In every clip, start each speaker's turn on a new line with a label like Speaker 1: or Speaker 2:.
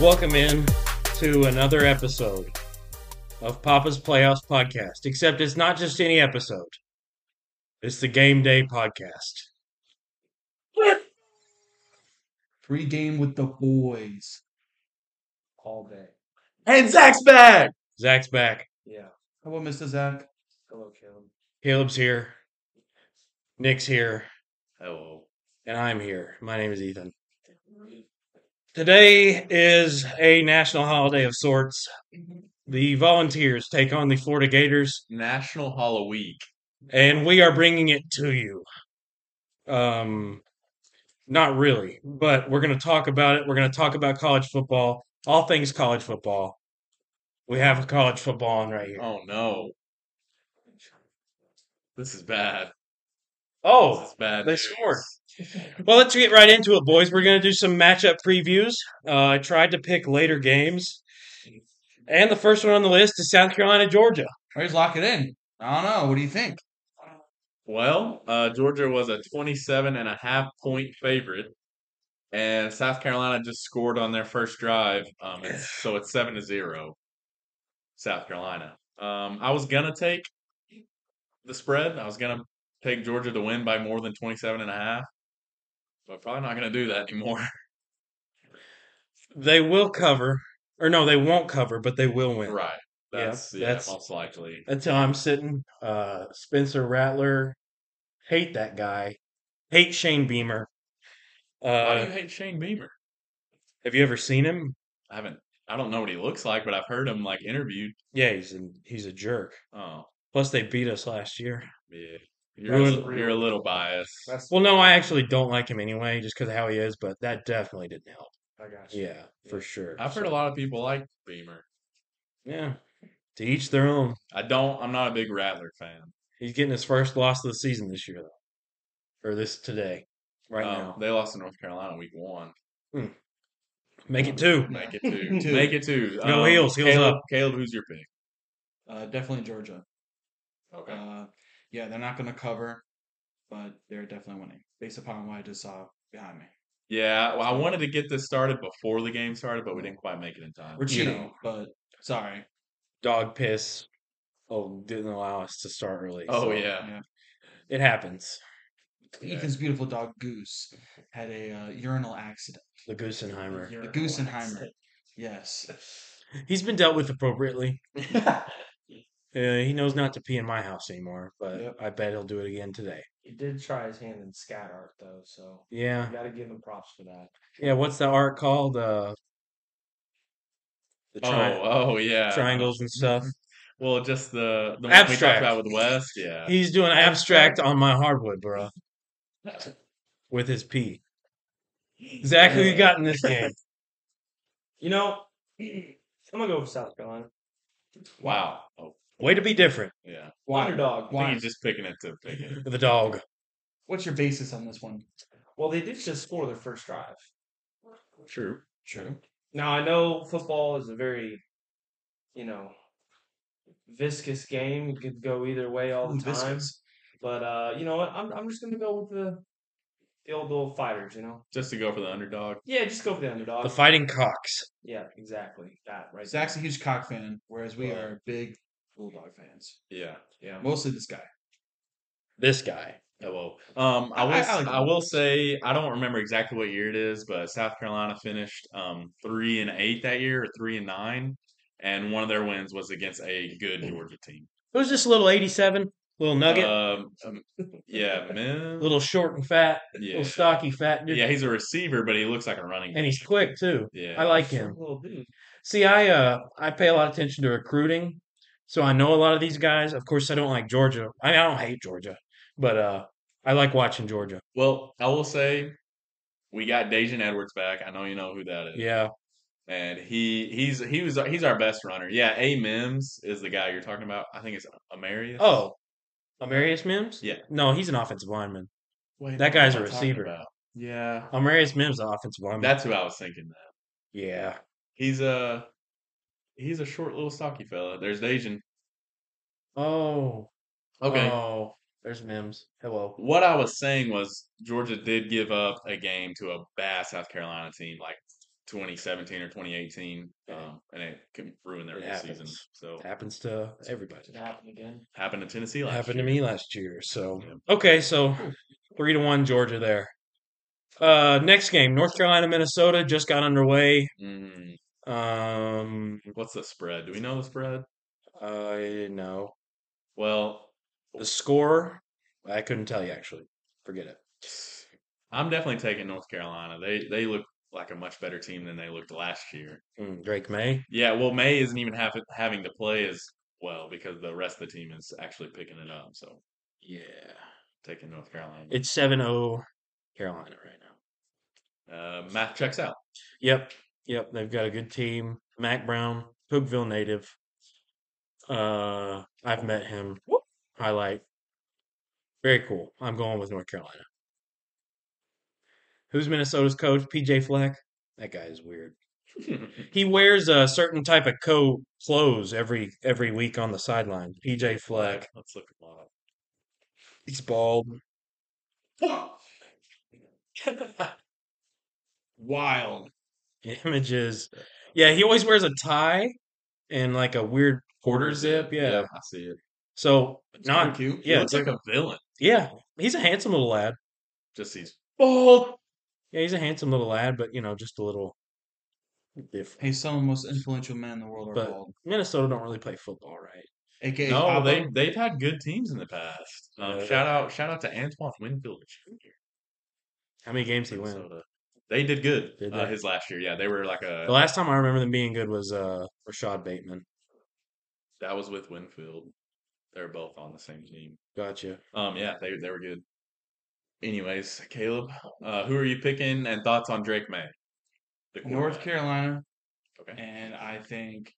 Speaker 1: Welcome in to another episode of Papa's Playoffs Podcast. Except it's not just any episode. It's the Game Day Podcast.
Speaker 2: Pre-game with the boys all day.
Speaker 3: And Zach's back.
Speaker 1: Zach's back.
Speaker 2: Yeah. Hello, Mr. Zach.
Speaker 3: Hello, Caleb.
Speaker 1: Caleb's here. Nick's here.
Speaker 3: Hello.
Speaker 1: And I'm here. My name is Ethan. Today is a national holiday of sorts. The Volunteers take on the Florida Gators,
Speaker 3: National Hollow Week.
Speaker 1: and we are bringing it to you. Um, not really, but we're going to talk about it. We're going to talk about college football, all things college football. We have a college football on right here.
Speaker 3: Oh no. This is bad. This
Speaker 1: Oh,
Speaker 3: is bad.
Speaker 1: they
Speaker 3: news.
Speaker 1: scored. well, let's get right into it, boys. We're going to do some matchup previews. Uh, I tried to pick later games, and the first one on the list is South Carolina, Georgia.
Speaker 2: Or just lock it in. I don't know. What do you think?
Speaker 3: Well, uh, Georgia was a 27 and a half point favorite. And South Carolina just scored on their first drive. Um, it's, so it's 7 to 0, South Carolina. Um, I was going to take the spread. I was going to take Georgia to win by more than 27 and a half. But probably not going to do that anymore.
Speaker 1: They will cover, or no, they won't cover, but they will win.
Speaker 3: Right.
Speaker 1: Yeah,
Speaker 3: That's yeah,
Speaker 1: that's-
Speaker 3: most likely.
Speaker 1: Until I'm sitting, uh, Spencer Rattler, hate that guy, hate Shane Beamer.
Speaker 3: Why do
Speaker 1: Uh,
Speaker 3: you hate Shane Beamer?
Speaker 1: have you ever seen him?
Speaker 3: I haven't. I don't know what he looks like, but I've heard him like interviewed.
Speaker 1: Yeah, he's an, he's a jerk.
Speaker 3: Oh,
Speaker 1: Plus, they beat us last year.
Speaker 3: yeah. You're a,
Speaker 1: Ruined-
Speaker 3: you're a little biased.
Speaker 2: That's
Speaker 1: Well, no, I actually don't like him anyway, just because of how he is. But that definitely didn't help.
Speaker 2: I got
Speaker 1: Yeah, for sure.
Speaker 3: I've heard a
Speaker 1: So,
Speaker 3: lot of people like Beamer.
Speaker 1: Yeah, to each their own.
Speaker 3: I don't. I'm not a big Rattler fan.
Speaker 1: He's getting his first loss of the season this year, though, or this today, right
Speaker 3: Um,
Speaker 1: now.
Speaker 3: They lost to North Carolina week one.
Speaker 1: Make it two.
Speaker 3: Make it two.
Speaker 2: Two.
Speaker 3: Make it two. Um,
Speaker 1: Go heels, heels
Speaker 3: Caleb,
Speaker 1: up.
Speaker 3: Caleb, who's your pick?
Speaker 2: Uh, definitely Georgia.
Speaker 3: Okay.
Speaker 2: Uh, yeah, they're not going to cover, but they're definitely winning based upon what I just saw behind me.
Speaker 3: Yeah. Well, I wanted to get this started before the game started, but we didn't quite make it in time.
Speaker 2: We're
Speaker 1: You
Speaker 2: cheating,
Speaker 1: know.
Speaker 2: but sorry.
Speaker 1: dog piss. Oh, didn't allow us to start early.
Speaker 3: Oh
Speaker 1: so
Speaker 3: yeah.
Speaker 1: it happens.
Speaker 2: Ethan's beautiful dog Goose had a uh, urinal accident.
Speaker 1: The Goosenheimer.
Speaker 2: The Goosenheimer. Yes.
Speaker 1: He's been dealt with appropriately. Uh, he knows not to pee in my house anymore, but
Speaker 2: Yep.
Speaker 1: I bet he'll do it again today.
Speaker 4: He did try his hand in scat art though, so
Speaker 1: Yeah,
Speaker 4: you got to give him props for that.
Speaker 1: yeah. What's the art called? Uh, the tri-
Speaker 3: oh, oh yeah.
Speaker 1: triangles and stuff.
Speaker 3: Well, just the the one we talked
Speaker 1: Abstract.
Speaker 3: about with West, yeah.
Speaker 1: He's doing abstract on my hardwood, bro, with his pee. Zach, who you got in this game?
Speaker 4: You know, I'm gonna go with South Carolina.
Speaker 3: Wow. Oh,
Speaker 1: Way to be different.
Speaker 3: yeah.
Speaker 2: Why?
Speaker 4: Underdog.
Speaker 3: I think
Speaker 2: Why?
Speaker 3: he's just picking it to pick it.
Speaker 1: The dog.
Speaker 2: What's your basis on this one?
Speaker 4: Well, they did just score their first drive.
Speaker 3: True.
Speaker 2: True.
Speaker 4: Now I know football is a very, you know, viscous game. It could go either way all
Speaker 2: Ooh,
Speaker 4: the time.
Speaker 2: viscous.
Speaker 4: But uh, you know what? I'm I'm just gonna go with the the old old fighters. You know.
Speaker 3: Just to go for the underdog.
Speaker 4: Yeah, just go for the underdog.
Speaker 1: The fighting cocks.
Speaker 4: yeah, exactly. That right.
Speaker 2: Zach's a
Speaker 4: there.
Speaker 2: huge cock fan, whereas we
Speaker 3: Right.
Speaker 2: are big bulldog fans.
Speaker 3: Yeah.
Speaker 4: Yeah.
Speaker 2: Mostly this guy.
Speaker 1: This guy.
Speaker 3: Hello. Um, I will.
Speaker 2: I- I
Speaker 3: s-
Speaker 2: like
Speaker 3: I will say I don't remember exactly what year it is, but South Carolina finished um three and eight that year, or three and nine, and one of their wins was against a good Georgia team.
Speaker 1: Who's this little 87? Little nugget?
Speaker 3: Um, um, yeah, man.
Speaker 1: little short and fat.
Speaker 3: Yeah.
Speaker 1: Little stocky fat dude.
Speaker 3: Yeah, he's a receiver, but he looks like a running.
Speaker 1: And he's quick too. I
Speaker 3: yeah.
Speaker 1: like him.
Speaker 4: Little dude.
Speaker 1: See, I uh I pay a lot of attention to recruiting. So I know a lot of these guys. Of course I don't like Georgia. I mean I don't hate Georgia, but uh I like watching Georgia.
Speaker 3: Well, I will say we got Dejan Edwards back. I know you know who that is.
Speaker 1: Yeah.
Speaker 3: and he he's he was he's our best runner. Yeah, A Mims is the guy you're talking about. I think it's Amarius.
Speaker 1: Oh. Amarius Mims?
Speaker 3: Yeah.
Speaker 1: No, he's an offensive lineman.
Speaker 3: Wait,
Speaker 1: that
Speaker 3: who am
Speaker 1: guy's
Speaker 3: I
Speaker 1: a
Speaker 3: talking
Speaker 1: receiver.
Speaker 3: about? Yeah,
Speaker 1: Amarius Mims, an offensive lineman.
Speaker 3: that's who I was thinking. That
Speaker 1: yeah.
Speaker 3: he's a he's a short little stocky fella. There's Dejan.
Speaker 1: Oh. Oh. There's Mims. Hello.
Speaker 3: Um, What I was saying was Georgia did give up a game to a bad South Carolina team, like 2017 or 2018, um, and it can ruin their
Speaker 1: It
Speaker 3: whole season.
Speaker 1: happens.
Speaker 3: So
Speaker 1: happens to everybody.
Speaker 4: Did it happen again?
Speaker 3: happened to Tennessee last
Speaker 1: happened
Speaker 3: year.
Speaker 1: to me last year. So
Speaker 3: Yeah.
Speaker 1: okay, so three to one Georgia there. Uh, next game, North Carolina, Minnesota just got underway.
Speaker 3: Mm,
Speaker 1: Um,
Speaker 3: what's the spread? Do we know the spread?
Speaker 1: I know
Speaker 3: Well,
Speaker 1: the score. I couldn't tell you actually. Forget it.
Speaker 3: I'm definitely taking North Carolina. They they look like a much better team than they looked last year.
Speaker 1: Mm, Drake May.
Speaker 3: Yeah, well, May isn't even have, having to play as well because the rest of the team is actually picking it up. So
Speaker 1: Yeah,
Speaker 3: taking North Carolina.
Speaker 1: it's 7-0 Carolina right now.
Speaker 3: Uh, math checks out.
Speaker 1: Yep, yep. They've got a good team. Mac Brown, Hookville native. Uh, I've met him. Highlight. Very cool. I'm going with North Carolina. Who's Minnesota's coach? PJ Fleck. That guy is weird. He wears a certain type of coat clothes every every week on the sideline. PJ Fleck.
Speaker 3: Let's look him up.
Speaker 1: He's bald.
Speaker 2: Wild.
Speaker 1: Images. Yeah, he always wears a tie and like a weird quarter zip. Yeah.
Speaker 3: I see it.
Speaker 1: So not
Speaker 3: Not cute.
Speaker 1: yeah,
Speaker 3: he looks
Speaker 1: it's
Speaker 3: like a villain.
Speaker 1: Yeah, he's a handsome little lad.
Speaker 3: Just he's
Speaker 1: Bald. Yeah, he's a handsome little lad, but you know, just a little different.
Speaker 2: Hey, some of the most influential men in the world are
Speaker 1: But-
Speaker 2: bald.
Speaker 1: Minnesota don't really play football, right?
Speaker 2: AKA
Speaker 3: no.
Speaker 2: Papa.
Speaker 3: They they've had good teams in the past. Um,
Speaker 1: Yeah.
Speaker 3: Shout out shout out to Antoine Winfield Jr.
Speaker 1: How many games he win?
Speaker 3: Minnesota. They did good
Speaker 1: Did Oh.
Speaker 3: uh,
Speaker 1: they?
Speaker 3: his last year. Yeah, they were like
Speaker 1: The
Speaker 3: a
Speaker 1: last time I remember them being good was uh Rashad Bateman.
Speaker 3: that was with Winfield. They're both on the same team.
Speaker 1: Gotcha.
Speaker 3: Um, yeah, they they were good. Anyways, Caleb, uh, who are you picking and thoughts on Drake May? The
Speaker 2: North
Speaker 3: quarterback.
Speaker 2: Carolina,
Speaker 3: Okay.
Speaker 2: and I think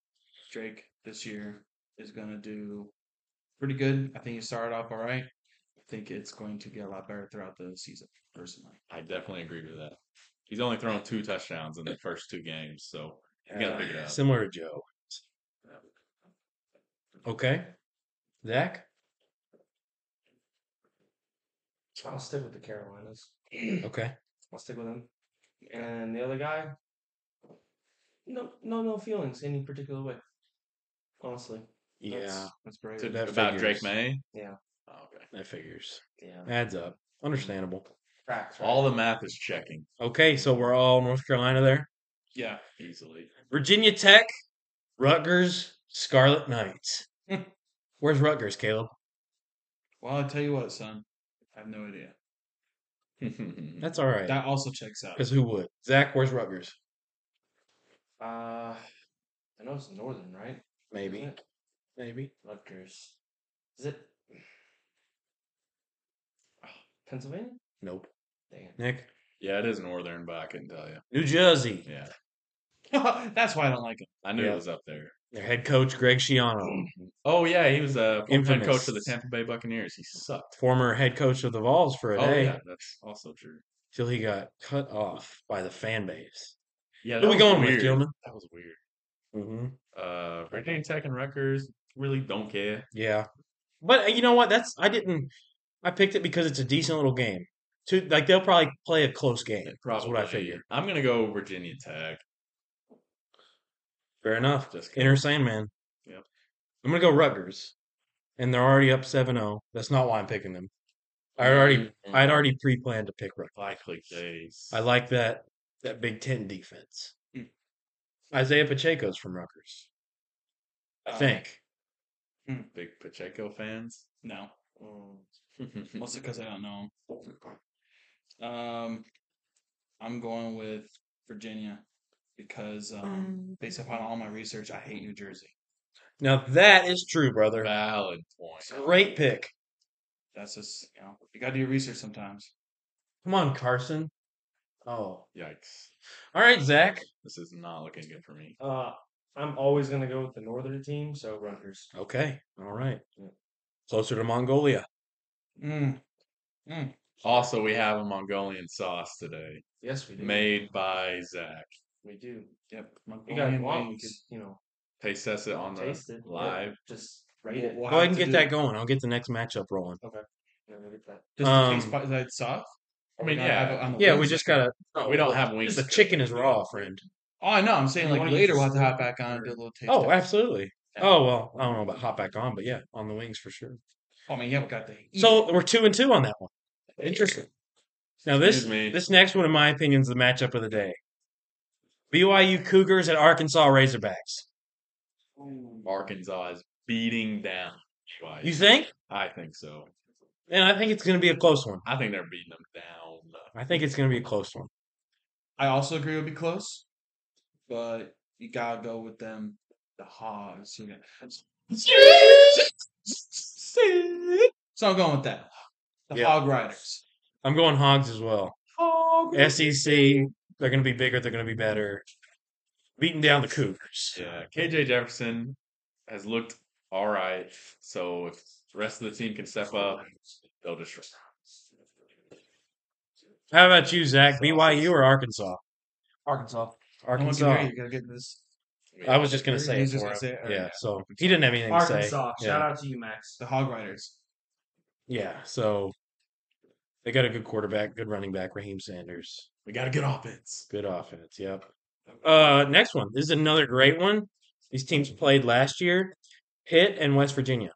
Speaker 2: Drake this year is gonna do pretty good. I think he started off all right. I think it's going to get a lot better throughout the season, personally.
Speaker 3: I definitely agree with that. He's only thrown two touchdowns in the first two games, Uh, so You gotta pick it up.
Speaker 1: Similar to Joe. Okay. Zach?
Speaker 4: I'll stick with the Carolinas.
Speaker 1: Okay.
Speaker 4: I'll stick with them. And the other guy, no, no, no feelings any particular way. Honestly,
Speaker 1: Yeah.
Speaker 2: That's brave.
Speaker 3: to,
Speaker 1: That
Speaker 3: about
Speaker 1: figures.
Speaker 3: Drake May.
Speaker 4: Yeah.
Speaker 3: Oh, okay.
Speaker 1: That figures.
Speaker 4: yeah,
Speaker 1: Adds up. Understandable.
Speaker 4: facts. Right?
Speaker 3: All the math is checking
Speaker 1: Okay, so we're all North Carolina there.
Speaker 2: Yeah.
Speaker 3: easily.
Speaker 1: Virginia Tech, Rutgers, Scarlet Knights. Where's Rutgers, Caleb?
Speaker 2: Well, I tell you what, son. I have no idea.
Speaker 1: That's all right.
Speaker 2: That also checks out.
Speaker 1: Because who would? Zach, where's Rutgers?
Speaker 4: Uh, I know it's northern, right?
Speaker 1: Maybe.
Speaker 4: Isn't it?
Speaker 1: Maybe.
Speaker 4: Rutgers. Is it Pennsylvania?
Speaker 1: Nope.
Speaker 4: Dang it.
Speaker 1: Nick?
Speaker 3: yeah, it is northern, but I couldn't tell you.
Speaker 1: New Jersey.
Speaker 3: Yeah,
Speaker 2: That's why I don't like him.
Speaker 3: I knew
Speaker 1: Yeah.
Speaker 3: it was up there.
Speaker 1: Their head coach, Greg Schiano,
Speaker 3: Oh yeah, he was a head
Speaker 1: Infamous.
Speaker 3: coach of the Tampa Bay Buccaneers. He sucked.
Speaker 1: former head coach of the Vols for a
Speaker 3: Oh
Speaker 1: day,
Speaker 3: yeah, that's also true.
Speaker 1: till he got cut off by the fan base.
Speaker 3: Yeah,
Speaker 1: Who
Speaker 3: that
Speaker 1: we
Speaker 3: was
Speaker 1: going with,
Speaker 3: weird.
Speaker 1: gentlemen?
Speaker 3: That was weird.
Speaker 1: Mm-hmm.
Speaker 3: Uh, Virginia Tech and Rutgers really don't care.
Speaker 1: Yeah. But uh, you know what? That's I didn't. I picked it because it's a decent little game. Two, like they'll probably play a close game. That's what I figured.
Speaker 3: I'm gonna go Virginia Tech.
Speaker 1: Fair enough.
Speaker 3: Just kidding.
Speaker 1: Inner Sandman.
Speaker 3: Yep.
Speaker 1: I'm gonna go Rutgers, and they're already up 7-0. That's not why I'm picking them. I already,
Speaker 3: Mm-hmm.
Speaker 1: I'd already pre-planned to pick Rutgers.
Speaker 3: likely days.
Speaker 1: I like that that Big Ten defense.
Speaker 2: Mm.
Speaker 1: Isaiah Pacheco's from Rutgers, I
Speaker 2: Uh,
Speaker 1: think.
Speaker 3: big Pacheco fans.
Speaker 2: No.
Speaker 4: Mm.
Speaker 2: Mostly because I don't know him. Um, I'm going with Virginia because um, based upon all my research, I hate New Jersey.
Speaker 1: Now that is true, brother.
Speaker 3: Valid point.
Speaker 1: Great pick.
Speaker 2: That's just you know you got to do your research sometimes.
Speaker 1: Come on, Carson. Oh,
Speaker 3: Yikes.
Speaker 1: all right, Zach.
Speaker 3: This is not looking good for me.
Speaker 4: Uh, I'm always gonna go with the northern team, so Rutgers.
Speaker 1: Okay, all right.
Speaker 4: Yeah.
Speaker 1: Closer to Mongolia.
Speaker 2: Mm.
Speaker 3: Also, we have a Mongolian sauce today,
Speaker 4: Yes, we do.
Speaker 3: made by Zach.
Speaker 4: We do.
Speaker 2: Yep.
Speaker 4: You guys
Speaker 2: Mongolian
Speaker 4: want? We could,
Speaker 2: wings.
Speaker 4: you know,
Speaker 3: Taste test it on the
Speaker 4: taste it yeah,
Speaker 3: live.
Speaker 4: Just
Speaker 2: We'll-
Speaker 4: rate it.
Speaker 2: we'll
Speaker 1: Go ahead
Speaker 2: have
Speaker 1: and
Speaker 2: to
Speaker 1: get
Speaker 2: do-
Speaker 1: that going. I'll get the next matchup rolling.
Speaker 4: Yeah, we'll get that.
Speaker 2: Does the taste
Speaker 1: Um,
Speaker 2: bud- is that soft?
Speaker 3: I mean,
Speaker 2: Not-
Speaker 3: yeah.
Speaker 2: don't- on the
Speaker 1: Yeah, we
Speaker 2: wings.
Speaker 1: just gotta.
Speaker 3: No, we don't have wings.
Speaker 1: The chicken Oh, is raw, friend.
Speaker 2: Oh, I know. I'm saying
Speaker 4: You
Speaker 2: like
Speaker 4: wanna
Speaker 2: later
Speaker 4: use-
Speaker 2: we'll have to hop back on and do a little taste.
Speaker 1: Oh,
Speaker 2: test.
Speaker 1: absolutely. Oh well, I don't know about hop back on, but yeah, on the wings for sure.
Speaker 2: Oh, I mean, yeah, we got the.
Speaker 1: eh. So we're two and two on that one. Interesting. Now this
Speaker 3: Excuse me.
Speaker 1: this next one, in my opinion, is the matchup of the day. BYU Cougars at Arkansas Razorbacks.
Speaker 3: Arkansas is beating down. BYU.
Speaker 1: You think?
Speaker 3: I think so.
Speaker 1: And I think it's going to be a close one.
Speaker 3: I think they're beating them down.
Speaker 1: I think it's going to be a close one.
Speaker 2: I also agree it would be close, but you gotta go with them, the hogs. You gotta- So I'm going with that. The
Speaker 1: Yeah.
Speaker 2: hog riders.
Speaker 1: I'm going Hogs as well.
Speaker 2: Hog.
Speaker 1: SEC, they're going to be bigger. They're going to be better. Beating down the Cougars.
Speaker 3: Yeah, KJ Jefferson has looked all right. So if the rest of the team can step up, they'll destroy.
Speaker 1: How about you, Zach? BYU or Arkansas?
Speaker 4: Arkansas.
Speaker 2: No one
Speaker 1: Arkansas.
Speaker 2: can hear you. Gotta get this.
Speaker 1: I was just going to
Speaker 2: He
Speaker 1: say it
Speaker 2: was just
Speaker 1: for him.
Speaker 2: gonna say it, all right,
Speaker 1: yeah,
Speaker 2: yeah.
Speaker 1: so he didn't have anything to say.
Speaker 4: Arkansas.
Speaker 1: Yeah.
Speaker 4: Shout out to you, Max.
Speaker 2: The hog riders.
Speaker 1: Yeah, so they got a good quarterback, good running back, Raheem Sanders.
Speaker 3: We got a good offense.
Speaker 1: Good offense. Yep. Uh, next one. This is another great one. These teams played last year. Pitt and West Virginia.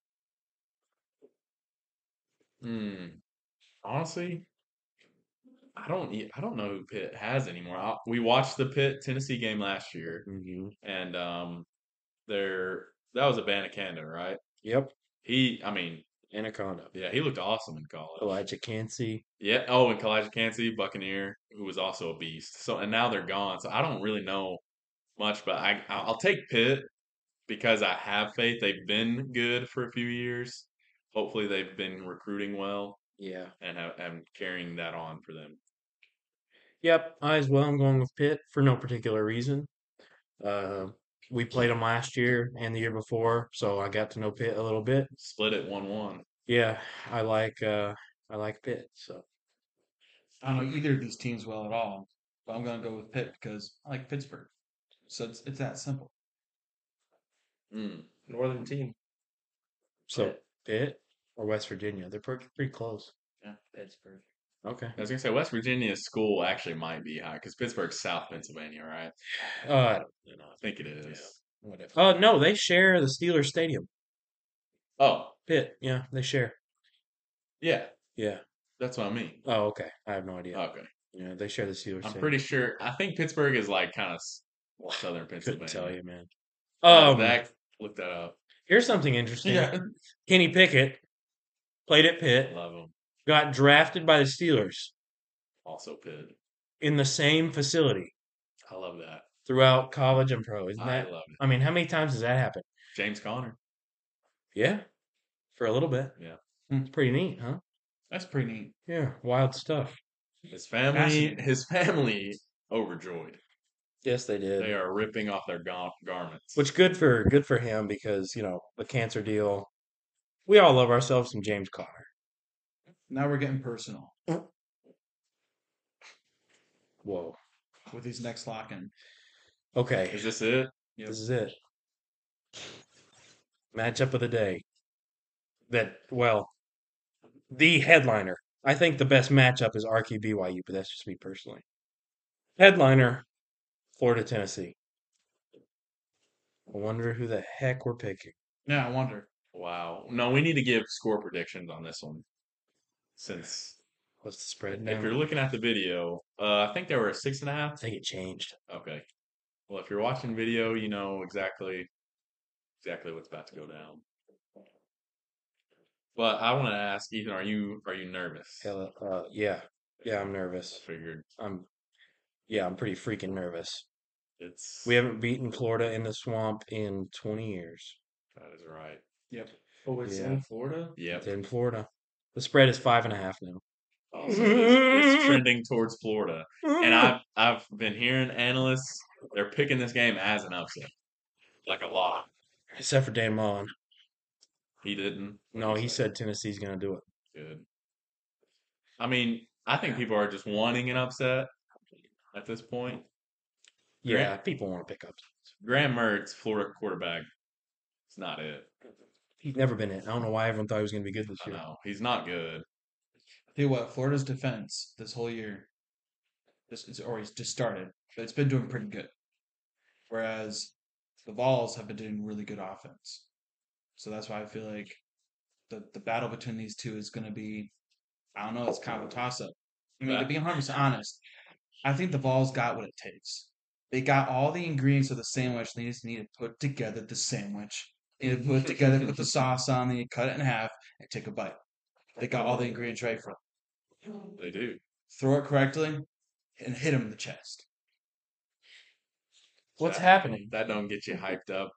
Speaker 3: Hmm. Honestly, I don't. e- I don't know who Pitt has anymore. I, we watched the Pitt Tennessee game last year,
Speaker 1: Mm-hmm.
Speaker 3: and um, they're that was a Canada, right?
Speaker 1: Yep.
Speaker 3: He, I mean,
Speaker 1: Anaconda.
Speaker 3: yeah, he looked awesome in college.
Speaker 1: Elijah Cansey.
Speaker 3: Yeah. Oh, and Kalijah Cansey, Buccaneer, who was also a beast. So, and now they're gone. So I don't really know much, but I I'll I'll take Pitt because I have faith. They've been good for a few years. Hopefully, they've been recruiting well
Speaker 1: Yeah.
Speaker 3: and have, and carrying that on for them.
Speaker 1: Yep. I as well. I'm going with Pitt for no particular reason. Uh, we played them last year and the year before, so I got to know Pitt a little bit.
Speaker 3: Split it one one.
Speaker 1: Yeah, I like uh, I like Pitt. So
Speaker 2: I don't know either of these teams well at all, but I'm gonna go with Pitt because I like Pittsburgh. So it's it's that simple.
Speaker 3: Mm.
Speaker 4: Northern team.
Speaker 1: so Pitt or West Virginia, they're pretty, pretty close.
Speaker 4: Pittsburgh.
Speaker 1: Okay.
Speaker 3: I was gonna say West Virginia's school actually might be high because Pittsburgh's South Pennsylvania, right?
Speaker 1: Uh,
Speaker 3: You know, I think it is.
Speaker 1: whatever. Uh, no, they share the Steelers Stadium.
Speaker 3: Oh,
Speaker 1: Pitt. Yeah, they share.
Speaker 3: yeah,
Speaker 1: Yeah.
Speaker 3: that's what I mean.
Speaker 1: Oh, okay. I have no idea.
Speaker 3: Okay,
Speaker 1: yeah, they share the Steelers.
Speaker 3: I'm
Speaker 1: Stadium.
Speaker 3: pretty sure. I think Pittsburgh is like kind of southern Pennsylvania.
Speaker 1: couldn't tell you, man.
Speaker 3: Oh,
Speaker 1: Um,
Speaker 3: Zach, look that up.
Speaker 1: here's something interesting.
Speaker 2: Yeah.
Speaker 1: Kenny Pickett played at Pitt,
Speaker 3: Love him.
Speaker 1: got drafted by the Steelers
Speaker 3: Also, Pitt.
Speaker 1: in the same facility
Speaker 3: I love that.
Speaker 1: throughout college and pro. Isn't
Speaker 3: I
Speaker 1: that?
Speaker 3: love it.
Speaker 1: I mean, how many times does that happen?
Speaker 3: James Conner.
Speaker 1: Yeah, for a little bit. Hmm,
Speaker 3: Yeah.
Speaker 1: it's pretty neat, huh?
Speaker 2: That's pretty neat.
Speaker 1: Yeah, wild stuff.
Speaker 3: His family.
Speaker 2: Fascinating.
Speaker 3: His family overjoyed.
Speaker 1: Yes, they did.
Speaker 3: They are ripping off their gar- garments.
Speaker 1: Which good for good for him because you know the cancer deal. We all love ourselves some James Conner.
Speaker 2: Now we're getting personal
Speaker 1: Whoa.
Speaker 2: with these next lock in.
Speaker 1: Okay.
Speaker 3: is this it?
Speaker 1: This is it. Matchup of the day. That well, the headliner. I think the best matchup is RQ BYU, but that's just me personally. Headliner, Florida Tennessee. I wonder who the heck we're picking.
Speaker 2: Yeah, I wonder.
Speaker 3: Wow. No, we need to give score predictions on this one, since
Speaker 1: What's the spread now?
Speaker 3: if you're looking at the video, uh, I think there were six and a
Speaker 1: I
Speaker 3: half.
Speaker 1: think it changed.
Speaker 3: Okay. Well, if you're watching video, you know exactly exactly what's about to go down. But I want to ask Ethan, are you are you nervous?
Speaker 1: Hell, uh, yeah, yeah, I'm nervous.
Speaker 3: Figured
Speaker 1: I'm, yeah, I'm pretty freaking nervous.
Speaker 3: it's
Speaker 1: We haven't beaten Florida in the swamp in 20 years.
Speaker 3: that is right.
Speaker 4: Oh, it's
Speaker 1: Yeah.
Speaker 4: in Florida?
Speaker 3: Yep.
Speaker 1: It's in Florida. The spread is five and a half now.
Speaker 3: Oh, so it's, it's trending towards Florida, and I've I've been hearing analysts they're picking this game as an upset, like a lot.
Speaker 1: Except for Dan Mullen.
Speaker 3: He didn't.
Speaker 1: No, he said Tennessee's going to do it.
Speaker 3: Good. I mean, I think people are just wanting an upset at this point.
Speaker 1: Yeah,
Speaker 3: Yeah.
Speaker 1: people want to pick up.
Speaker 3: Graham Mertz, Florida quarterback, it's not it.
Speaker 1: He's never been it. I don't know why everyone thought he was going to be good this
Speaker 3: I
Speaker 1: year.
Speaker 3: know he's not good.
Speaker 2: Tell you what, Florida's defense this whole year, this is or it's just started, but it's been doing pretty good. Whereas the Vols have been doing really good offense, so that's why I feel like the the battle between these two is going to be, I don't know, it's kind of a toss up. I mean, to be 100 percent honest, I think the Vols got what it takes. They got all the ingredients of the sandwich. They just need to put together the sandwich. They need to put it together, put the sauce on, then you cut it in half and take a bite. They got all the ingredients right for it.
Speaker 3: They do.
Speaker 2: Throw it correctly and hit him in the chest.
Speaker 1: What's
Speaker 3: That-
Speaker 1: happening?
Speaker 3: That don't get you hyped up.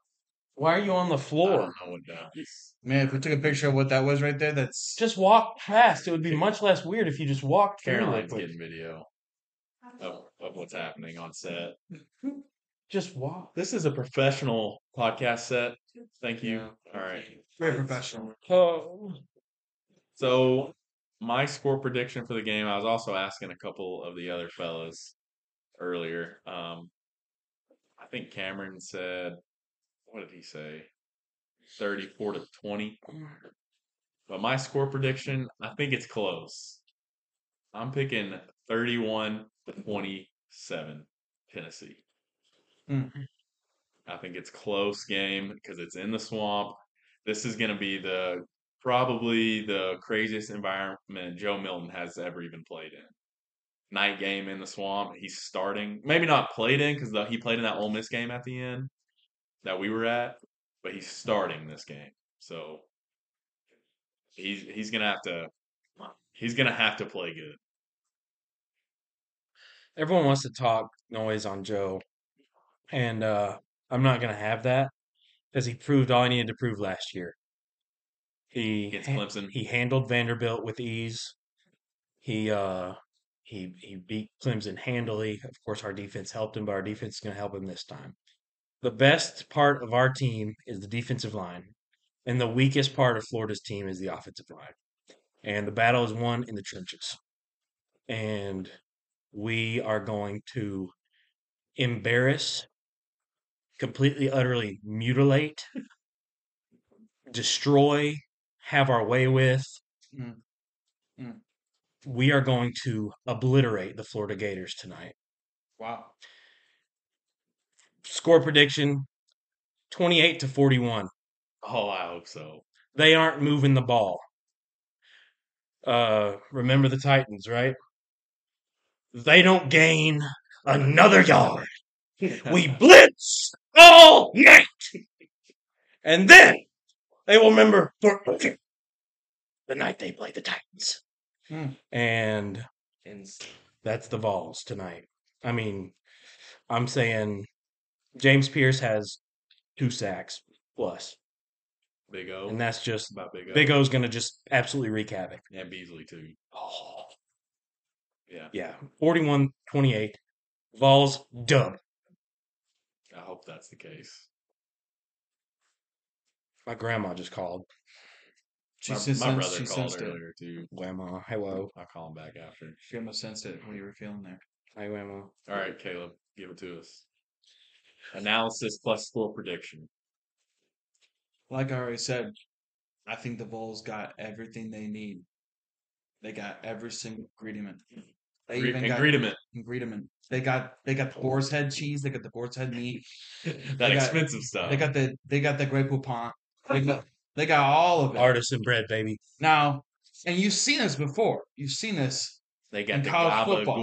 Speaker 1: Why are you on the
Speaker 3: I don't
Speaker 1: floor?
Speaker 3: know what does.
Speaker 2: Man, if we took a picture of what that was right there, that's
Speaker 1: Just walk past. It would be much less weird if you just walked through. like
Speaker 3: Caroline's
Speaker 1: that.
Speaker 3: getting video of, of what's happening on set.
Speaker 1: Just walk.
Speaker 3: This is a professional podcast set. Thank you.
Speaker 4: Yeah.
Speaker 3: All right.
Speaker 2: very professional.
Speaker 1: Oh,
Speaker 3: So my score prediction for the game, I was also asking a couple of the other fellas earlier. Um, I think Cameron said, what did he say? 34 to 20. But my score prediction, I think it's close. I'm picking 31 to 27 Tennessee.
Speaker 2: Hmm.
Speaker 3: I think it's close game because it's in the swamp. This is going to be the probably the craziest environment Joe Milton has ever even played in. Night game in the swamp. He's starting, maybe not played in because he played in that Ole Miss game at the end that we were at, but he's starting this game. So he's he's gonna have to he's gonna have to play good.
Speaker 1: everyone wants to talk noise on Joe, and uh, I'm not going to have that because he proved all he needed to prove last year. He
Speaker 3: Against
Speaker 1: ha-
Speaker 3: Clemson.
Speaker 1: he handled Vanderbilt with ease. He uh, he he beat Clemson handily. Of course, our defense helped him, but our defense is going to help him this time. The best part of our team is the defensive line, and the weakest part of Florida's team is the offensive line. And the battle is won in the trenches. And we are going to embarrass, completely, utterly mutilate, destroy, have our way with.
Speaker 2: Mm. Mm.
Speaker 1: We are going to obliterate the Florida Gators tonight.
Speaker 2: Wow.
Speaker 1: Score prediction 28 to 41.
Speaker 3: Oh, I hope so.
Speaker 1: They aren't moving the ball. Uh, remember the Titans, right? They don't gain another yard. We blitz all night. And then they will remember forever the night they played the Titans.
Speaker 2: Hmm.
Speaker 1: And
Speaker 4: And s-
Speaker 1: that's the Vols tonight. I mean, I'm saying James Pierce has two sacks plus,
Speaker 3: Big O.
Speaker 1: and that's just
Speaker 3: about Big O.
Speaker 1: Big O's going to just absolutely wreak havoc.
Speaker 3: and Beasley too.
Speaker 1: Oh,
Speaker 3: Yeah,
Speaker 1: yeah. 41 28. Vols dub.
Speaker 3: I hope that's the case.
Speaker 1: My grandma just called.
Speaker 2: She
Speaker 3: My,
Speaker 2: sensed-
Speaker 3: my brother
Speaker 2: she
Speaker 3: called
Speaker 2: sensed it.
Speaker 3: earlier too.
Speaker 1: Grandma, hello.
Speaker 3: I'll call him back after.
Speaker 2: She almost sensed it. What you were feeling there?
Speaker 1: Hi, Grandma.
Speaker 3: All right, Caleb, give it to us. Analysis plus score prediction.
Speaker 2: Like I already said, I think the Vols got everything they need. They got every single ingredient. They
Speaker 3: Gre-
Speaker 2: even got
Speaker 3: Ingredient.
Speaker 2: ingredient. They got they got the boar's head cheese. They got the boar's head meat.
Speaker 3: That
Speaker 2: got-
Speaker 3: expensive stuff.
Speaker 2: They got the they got the great poupon. They got they got all of it.
Speaker 1: Artisan bread, baby.
Speaker 2: Now, and you've seen this before. You've seen this.
Speaker 3: they got
Speaker 2: in
Speaker 3: the
Speaker 2: college football.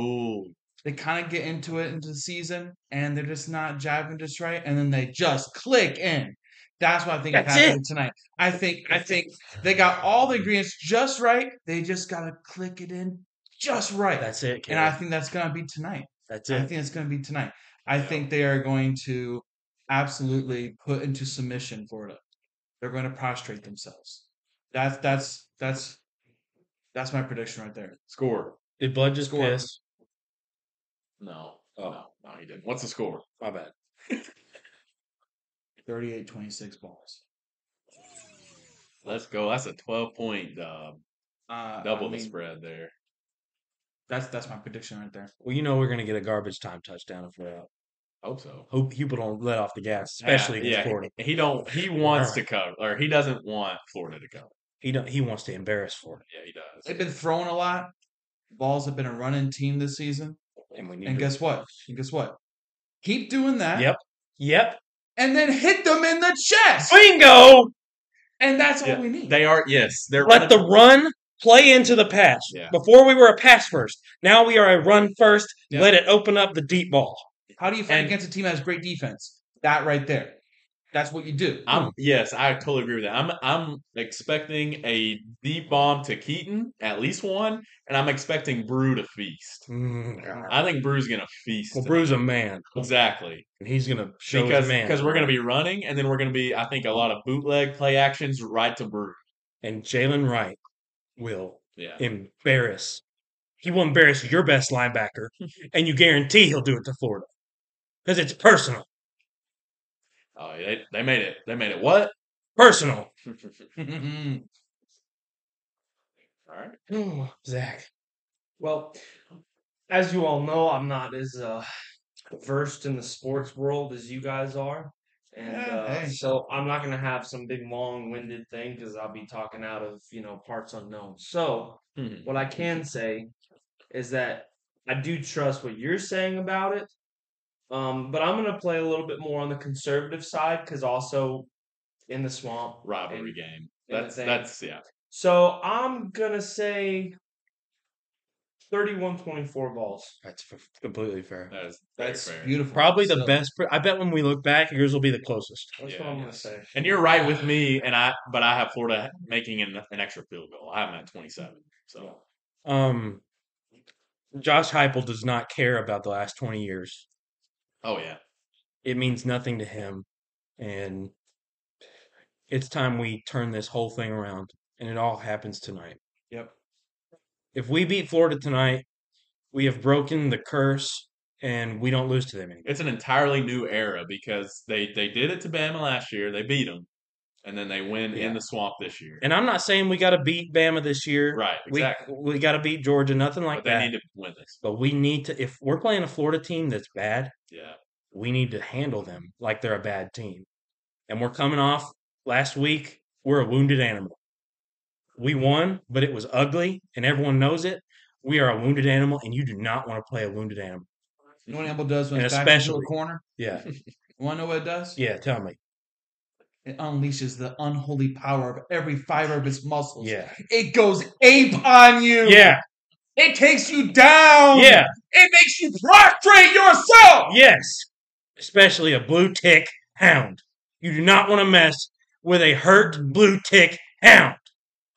Speaker 3: gabagool.
Speaker 2: They kind of get into it into the season, and they're just not jiving just right, and then they just click in. That's what I think
Speaker 1: That's
Speaker 2: is happening tonight. I think I think they got all the ingredients just right. They just gotta click it in just right.
Speaker 1: That's it,
Speaker 2: and I
Speaker 1: Caleb.
Speaker 2: think that's gonna be tonight.
Speaker 1: That's
Speaker 2: I
Speaker 1: it.
Speaker 2: think it's gonna be tonight. I
Speaker 3: Yeah.
Speaker 2: think they are going to absolutely put into submission Florida. They're going to prostrate themselves. That's that's that's that's my prediction right there.
Speaker 3: Score.
Speaker 1: Did Bud just
Speaker 2: Score.
Speaker 1: piss?
Speaker 3: No.
Speaker 1: Oh.
Speaker 3: No, no, he didn't. What's the score?
Speaker 1: My bad.
Speaker 2: 38 26 balls.
Speaker 3: Let's go. That's a 12 point dub.
Speaker 2: Uh,
Speaker 3: Double
Speaker 2: I
Speaker 3: the
Speaker 2: mean,
Speaker 3: spread there.
Speaker 2: That's that's my prediction right there.
Speaker 1: Well, you know we're gonna get a garbage time touchdown if we're out.
Speaker 3: Hope so.
Speaker 1: Hope people don't let off the gas, especially
Speaker 3: yeah,
Speaker 1: against Florida.
Speaker 3: He don't he wants
Speaker 1: All
Speaker 3: to cover or he doesn't want Florida to cover.
Speaker 1: He don't, he wants to embarrass Florida,
Speaker 3: Yeah, he does.
Speaker 2: They've been throwing a lot. Balls have been a running team this season.
Speaker 1: and we need.
Speaker 2: And
Speaker 1: to-
Speaker 2: guess what? And guess what? Keep doing that.
Speaker 1: Yep. Yep.
Speaker 2: And then hit them in the chest.
Speaker 1: Oh, Bingo.
Speaker 2: And that's
Speaker 3: Yeah,
Speaker 2: all we need.
Speaker 3: They are yes. They're
Speaker 1: Let the run play into the pass.
Speaker 3: Yeah.
Speaker 1: Before we were a pass first. Now we are a run first.
Speaker 2: Yeah.
Speaker 1: Let it open up the deep ball.
Speaker 2: How do you fight
Speaker 1: and-
Speaker 2: against a team that has great defense? That right there. That's what you do.
Speaker 1: Uh,
Speaker 3: I'm yes, I totally agree with that. I'm I'm expecting a deep bomb to Keaton, at least one, and I'm expecting Brew to feast.
Speaker 1: Mm.
Speaker 3: I think Brew's gonna feast.
Speaker 1: Well, Brew's a man,
Speaker 3: Exactly.
Speaker 1: and he's gonna show
Speaker 3: Because
Speaker 1: his man
Speaker 3: because we're gonna be running and then we're gonna be I think a lot of bootleg play actions right to Brew.
Speaker 1: And Jalen Wright will
Speaker 3: Yeah.
Speaker 1: embarrass. He will embarrass your best linebacker, and you guarantee he'll do it to Florida because it's personal.
Speaker 3: Oh they, they made it. They made it what?
Speaker 1: Personal.
Speaker 3: All right.
Speaker 4: Oh,
Speaker 1: Zach,
Speaker 4: well, as you all know, I'm not as uh, versed in the sports world as you guys are. And
Speaker 2: Yeah,
Speaker 4: uh,
Speaker 2: hey.
Speaker 4: so I'm not going to have some big long winded thing because I'll be talking out of, you know, parts unknown. So
Speaker 3: Mhm.
Speaker 4: what I can say is that I do trust what you're saying about it. Um, but I'm going to play a little bit more on the conservative side because also in the swamp.
Speaker 3: Rivalry
Speaker 4: and-
Speaker 3: game.
Speaker 4: and
Speaker 3: That's
Speaker 4: the thing-
Speaker 3: that's yeah.
Speaker 4: So I'm going to say 31 24 balls.
Speaker 1: that's f- completely fair.
Speaker 3: That is very
Speaker 2: That's
Speaker 3: fair.
Speaker 2: beautiful.
Speaker 1: Probably the
Speaker 2: So-
Speaker 1: best. pr- I bet when we look back, yours will be the closest.
Speaker 4: That's
Speaker 3: Yeah,
Speaker 4: what I'm going to
Speaker 3: yes.
Speaker 4: say.
Speaker 3: And you're right with me, and I but I have Florida making an, an extra field goal. I'm at 27, so
Speaker 1: Um, Josh Heupel does not care about the last twenty years.
Speaker 3: oh yeah,
Speaker 1: It means nothing to him, and it's time we turn this whole thing around. And it all happens tonight.
Speaker 2: Yep.
Speaker 1: If we beat Florida tonight, we have broken the curse, and we don't lose to them anymore.
Speaker 3: it's an entirely new era because they they did it to Bama last year, they beat them, and then they win
Speaker 1: Yeah.
Speaker 3: in the swamp this year.
Speaker 1: And I'm not saying we got to beat Bama this year.
Speaker 3: right, exactly.
Speaker 1: We we got to beat Georgia, nothing like
Speaker 3: but they
Speaker 1: that.
Speaker 3: need to win this.
Speaker 1: but we need to if we're playing a Florida team that's bad,
Speaker 3: Yeah,
Speaker 1: we need to handle them like they're a bad team. And we're coming off last week, we're a wounded animal. We won, but it was ugly and everyone knows it. We are a wounded animal and you do not want to play a wounded animal.
Speaker 2: You know what Amble does when
Speaker 1: And
Speaker 2: it's back into
Speaker 1: especially-
Speaker 2: a corner?
Speaker 1: Yeah.
Speaker 2: You want to know what it does?
Speaker 1: Yeah, tell me.
Speaker 2: It unleashes the unholy power of every fiber of its muscles.
Speaker 1: Yeah.
Speaker 2: It goes ape on you.
Speaker 1: Yeah.
Speaker 2: It takes you down.
Speaker 1: Yeah.
Speaker 2: It makes you prostrate yourself.
Speaker 1: Yes. Especially a blue tick hound. You do not want to mess with a hurt blue tick hound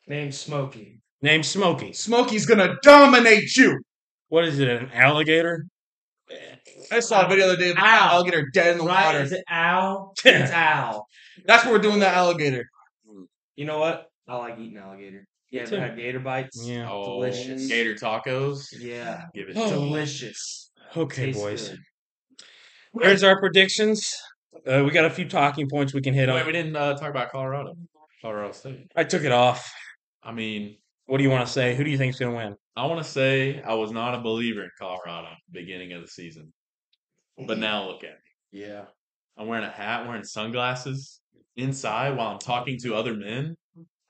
Speaker 4: Named Smokey.
Speaker 1: named Smokey.
Speaker 2: Smokey's gonna dominate you.
Speaker 1: What is it? An alligator?
Speaker 2: I saw a video the other day of an
Speaker 4: Ow.
Speaker 2: alligator dead in the
Speaker 4: Right?
Speaker 2: water.
Speaker 4: Is it Al? it's Al.
Speaker 2: That's what we're doing that alligator.
Speaker 4: You know what? I like eating alligator.
Speaker 1: Me
Speaker 4: You ever
Speaker 1: too.
Speaker 4: had gator bites?
Speaker 1: Yeah.
Speaker 3: oh,
Speaker 4: Delicious.
Speaker 3: Gator tacos.
Speaker 4: Yeah.
Speaker 3: Give it.
Speaker 1: Oh.
Speaker 4: Delicious.
Speaker 1: Okay,
Speaker 4: Tastes
Speaker 1: boys.
Speaker 4: good.
Speaker 1: There's our predictions. Uh, we got a few talking points we can hit
Speaker 3: Wait, we
Speaker 1: on.
Speaker 3: didn't uh, talk about Colorado. Colorado State.
Speaker 1: I took it off.
Speaker 3: I mean,
Speaker 1: What do you want to say? Who do you think's going to win?
Speaker 3: I want to say I was not a believer in Colorado at the beginning of the season, but now look at. it.
Speaker 1: Yeah.
Speaker 3: I'm wearing a hat, wearing sunglasses inside while I'm talking to other men,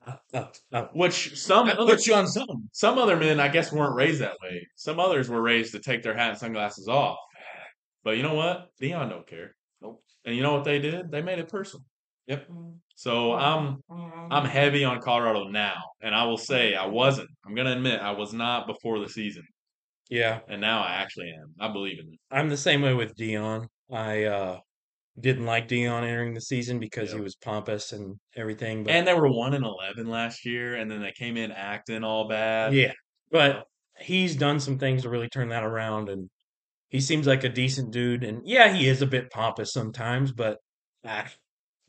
Speaker 3: Uh,
Speaker 1: Oh, oh.
Speaker 3: which some
Speaker 2: That
Speaker 3: other,
Speaker 2: puts you on something.
Speaker 3: some other men I guess weren't raised that way. Some others were raised to take their hat and sunglasses off. But you know what? Dion don't care. Nope. And you know what they did? They made it personal. Yep. So I'm I'm heavy on Colorado now, and I will say I wasn't. I'm gonna admit I was not before the season,
Speaker 1: Yeah.
Speaker 3: and now I actually am. I believe in it.
Speaker 1: I'm the same way with Dion. I uh, didn't like Dion entering the season because he
Speaker 3: Yep.
Speaker 1: was pompous and everything. But
Speaker 3: And they were one and eleven last year, and then they came in acting all bad.
Speaker 1: yeah, but he's done some things to really turn that around, and he seems like a decent dude. And yeah, he is a bit pompous sometimes, but ah,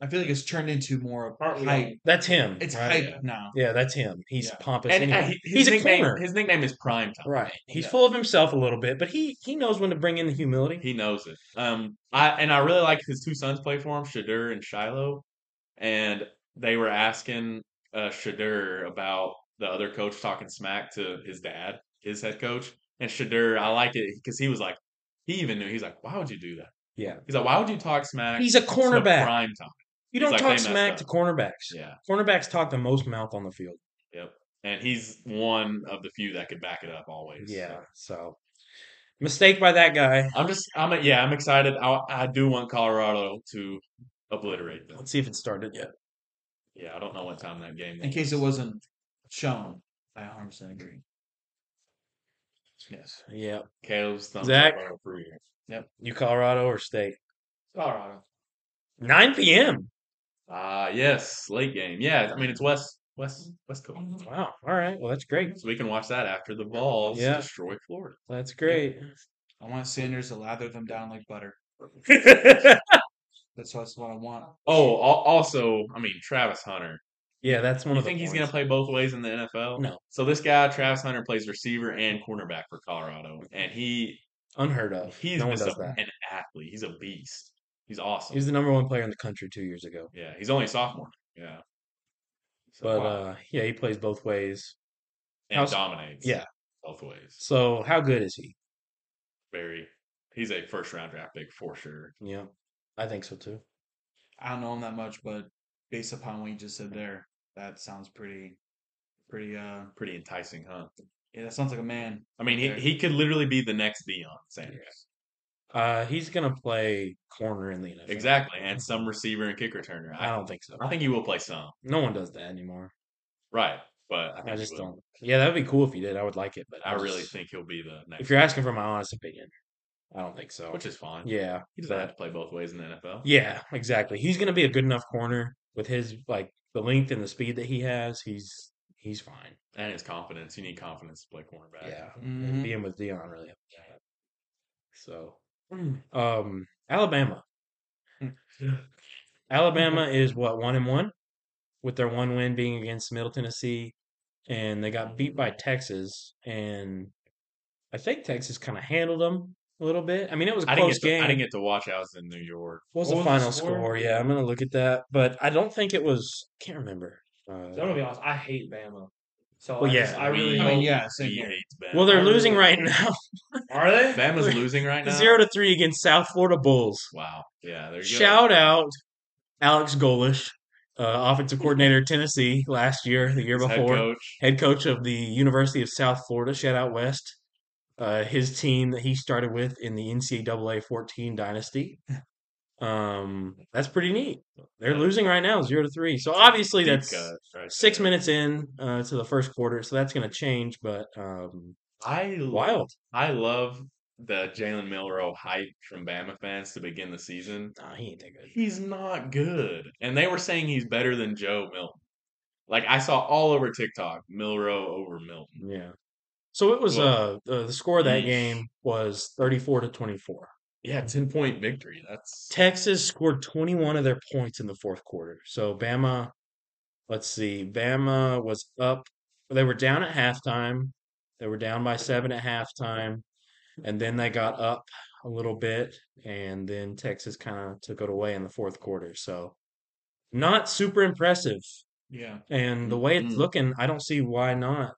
Speaker 2: I feel like it's turned into more of
Speaker 4: Aren't we
Speaker 2: hype.
Speaker 1: that's him.
Speaker 2: It's
Speaker 1: right?
Speaker 2: hype now.
Speaker 1: Yeah, that's him. He's
Speaker 2: Yeah.
Speaker 1: pompous.
Speaker 3: and
Speaker 1: anyway.
Speaker 3: uh, he- his
Speaker 1: he's a
Speaker 3: nickname,
Speaker 1: corner.
Speaker 3: His nickname is Prime Time.
Speaker 1: Right. He's
Speaker 2: Yeah.
Speaker 1: full of himself a little bit, but he he knows when to bring in the humility.
Speaker 3: He knows it. Um, I and I really like his two sons play for him, Shadur and Shiloh, and they were asking uh, Shadur about the other coach talking smack to his dad, his head coach, and Shadur. I liked it because he was like, he even knew. He's like, why would you do that?
Speaker 1: Yeah.
Speaker 3: He's like, why would you talk smack?
Speaker 1: He's a
Speaker 3: to
Speaker 1: cornerback.
Speaker 3: Prime Time.
Speaker 1: You don't
Speaker 3: like, they
Speaker 1: talk
Speaker 3: messed
Speaker 1: smack
Speaker 3: up.
Speaker 1: to cornerbacks.
Speaker 3: Yeah.
Speaker 1: Cornerbacks talk the most mouth on the field.
Speaker 3: And he's one of the few that could back it up always.
Speaker 1: Yeah.
Speaker 3: so.
Speaker 1: So mistake by that guy.
Speaker 3: I'm just, I'm, yeah, I'm excited. I, I do want Colorado to obliterate them.
Speaker 1: Let's see if it started yet.
Speaker 3: Yeah, I don't know what time that game.
Speaker 2: In case it wasn't shown, I 100% agree. Yes.
Speaker 1: Yeah.
Speaker 3: Caleb's thumbs
Speaker 1: Zach?
Speaker 3: up on approval.
Speaker 1: You Colorado or State?
Speaker 4: Colorado.
Speaker 1: 9 p.m.
Speaker 3: Ah, yes, late game. Yeah, I mean it's West, West, West Coast,
Speaker 1: Wow. All right. Well, that's great.
Speaker 3: so we can watch that after the Vols
Speaker 1: Yeah.
Speaker 3: destroy Florida.
Speaker 1: That's great.
Speaker 2: I want Sanders to lather them down like butter. That's that's what I want.
Speaker 3: Oh, al- also, I mean Travis Hunter.
Speaker 1: yeah, that's one
Speaker 3: You
Speaker 1: of the.
Speaker 3: think he's
Speaker 1: points.
Speaker 3: going to play both ways in the NFL?
Speaker 1: No.
Speaker 3: So this guy, Travis Hunter, plays receiver and cornerback for Colorado, and he
Speaker 1: unheard of?
Speaker 3: he's
Speaker 1: no one
Speaker 3: just
Speaker 1: does
Speaker 3: a-
Speaker 1: that.
Speaker 3: an athlete. He's a beast. He's awesome.
Speaker 1: He was the number one player in the country two years ago.
Speaker 3: yeah, he's only a sophomore. Yeah, so,
Speaker 1: But
Speaker 3: wow.
Speaker 1: uh, yeah, he plays both ways.
Speaker 3: and
Speaker 1: how's-
Speaker 3: dominates.
Speaker 1: yeah.
Speaker 3: both ways.
Speaker 1: So how good is he?
Speaker 3: Very. He's a first round draft pick for sure.
Speaker 1: Yeah, I think so too.
Speaker 2: I don't know him that much, but based upon what you just said there, that sounds pretty, pretty. uh
Speaker 3: Pretty enticing, huh?
Speaker 2: Yeah, that sounds like a man.
Speaker 3: I mean, he,
Speaker 2: Okay.
Speaker 3: he could literally be the next Deion Sanders.
Speaker 1: Uh, he's gonna play corner in the NFL.
Speaker 3: Exactly. And some receiver and kick returner.
Speaker 1: I
Speaker 3: I,
Speaker 1: don't think so.
Speaker 3: I think he will play some.
Speaker 1: No one does that anymore.
Speaker 3: Right. But I, think
Speaker 1: I
Speaker 3: he
Speaker 1: just
Speaker 3: will.
Speaker 1: don't. Yeah, that would be cool if you did. I would like it, but
Speaker 3: I really
Speaker 1: just-
Speaker 3: think he'll be the next,
Speaker 1: If you're asking for my honest opinion, I don't think so.
Speaker 3: which is fine.
Speaker 1: yeah,
Speaker 3: He doesn't
Speaker 1: but-
Speaker 3: have to play both ways in the NFL.
Speaker 1: yeah, exactly. He's gonna be a good enough corner with his like the length and the speed that he has. He's he's fine.
Speaker 3: And his confidence. You need confidence to play cornerback.
Speaker 1: Yeah,
Speaker 2: Mhm.
Speaker 3: Mm-hmm.
Speaker 1: and being with Dion really helped that. So,
Speaker 3: Mm.
Speaker 1: um, Alabama, Alabama is what one and one, with their one win being against Middle Tennessee, and they got beat
Speaker 3: Mm.
Speaker 1: by Texas, and I think Texas kind of handled them a little bit. I mean, it was a
Speaker 3: I
Speaker 1: close
Speaker 3: didn't, get
Speaker 1: game.
Speaker 3: to, I didn't get to watch. I was in New York.
Speaker 1: what was
Speaker 4: what
Speaker 1: the
Speaker 4: was the
Speaker 1: final
Speaker 4: score?
Speaker 1: score? Yeah, I'm gonna look at that, but I don't think it was. Can't remember.
Speaker 4: So I'm gonna
Speaker 1: Uh,
Speaker 4: be honest. I hate Bama. So
Speaker 1: Well,
Speaker 4: I
Speaker 1: yeah,
Speaker 4: just, I
Speaker 3: we-
Speaker 4: really.
Speaker 2: I mean,
Speaker 4: hope-
Speaker 2: yeah, same
Speaker 3: He
Speaker 2: here.
Speaker 3: hates Bama.
Speaker 1: well, they're losing right now,
Speaker 4: Are they?
Speaker 3: Bama's losing right now.
Speaker 1: zero to three against South Florida Bulls.
Speaker 3: Wow. Yeah. There you
Speaker 1: Shout out Alex Golish, uh, offensive coordinator of Tennessee last year, the year
Speaker 3: go. His head
Speaker 1: before, head coach.
Speaker 3: coach.
Speaker 1: of the University of South Florida. Shout out West, uh, his team that he started with in the NCAA 14 dynasty. Um, that's pretty neat. They're losing right now, zero to three. So obviously
Speaker 3: Deep
Speaker 1: that's
Speaker 3: cut right
Speaker 1: six
Speaker 3: there.
Speaker 1: minutes in uh, to the first quarter, so that's going to change. But um,
Speaker 3: I
Speaker 1: wild,
Speaker 3: I love the Jalen Milrow hype from Bama fans to begin the season.
Speaker 1: nah, he ain't that good.
Speaker 3: He's not good. And they were saying he's better than Joe Milton. Like I saw all over TikTok, Milrow over Milton.
Speaker 1: Yeah. So it was uh,
Speaker 3: Well-
Speaker 1: uh the score of that
Speaker 3: Yeesh.
Speaker 1: game was 34 to 24.
Speaker 3: Yeah, ten point victory. That's
Speaker 1: Texas scored 21 of their points in the fourth quarter. So Bama let's see. Bama was up they were down at halftime. They were down by 7 at halftime and then they got up a little bit and then Texas kind of took it away in the fourth quarter. So not super impressive
Speaker 2: Yeah.
Speaker 1: and the way it's
Speaker 3: Mhm.
Speaker 1: looking, I don't see why not.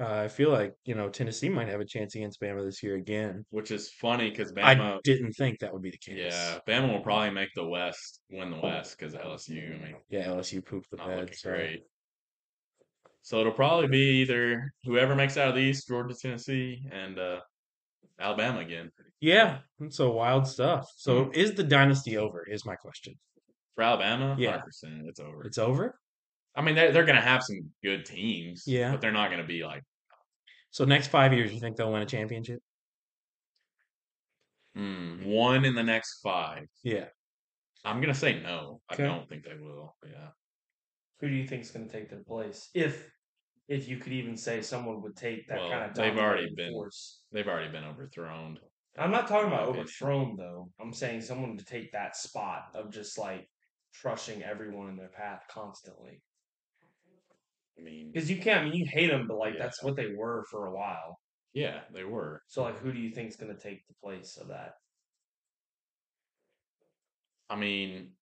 Speaker 1: Uh, I feel like you know Tennessee might have a chance against Bama this year again.
Speaker 3: which is funny because
Speaker 1: I
Speaker 3: Bama.
Speaker 1: didn't think that would be the case.
Speaker 3: Yeah, Bama will probably make the West win the West because LSU. I mean,
Speaker 1: yeah. LSU pooped the
Speaker 3: not
Speaker 1: bed.
Speaker 3: looking
Speaker 1: so-
Speaker 3: great. So it'll probably be either whoever makes out of the East, Georgia, Tennessee, and uh, Alabama again.
Speaker 1: Yeah, and so wild stuff. So
Speaker 3: Mm-hmm.
Speaker 1: is the dynasty over? Is my question.
Speaker 3: For Alabama,
Speaker 1: Yeah.
Speaker 3: 100%, it's over.
Speaker 1: It's over.
Speaker 3: I mean, they're, they're going to have some good teams,
Speaker 1: Yeah.
Speaker 3: but they're not going to be like,
Speaker 1: So next five years, you think they'll win a championship?
Speaker 3: hmm, one in the next five.
Speaker 1: Yeah,
Speaker 3: I'm going to say no.
Speaker 1: Okay.
Speaker 3: I don't think they will. Yeah.
Speaker 4: Who do you think is going to take their place? If if you could even say someone would take that
Speaker 3: Well,
Speaker 4: kind of
Speaker 3: they've already
Speaker 4: dominating
Speaker 3: been-
Speaker 4: force.
Speaker 3: They've already been overthrown.
Speaker 4: I'm not talking about
Speaker 3: Might be.
Speaker 4: overthrown though. I'm saying someone to take that spot of just like crushing everyone in their path constantly.
Speaker 3: I mean,
Speaker 4: Because you can't. I mean, you hate them, but like
Speaker 3: Yeah.
Speaker 4: that's what they were for a while.
Speaker 3: yeah, they were.
Speaker 4: So like, who do you think is going to take the place of that?
Speaker 3: I mean,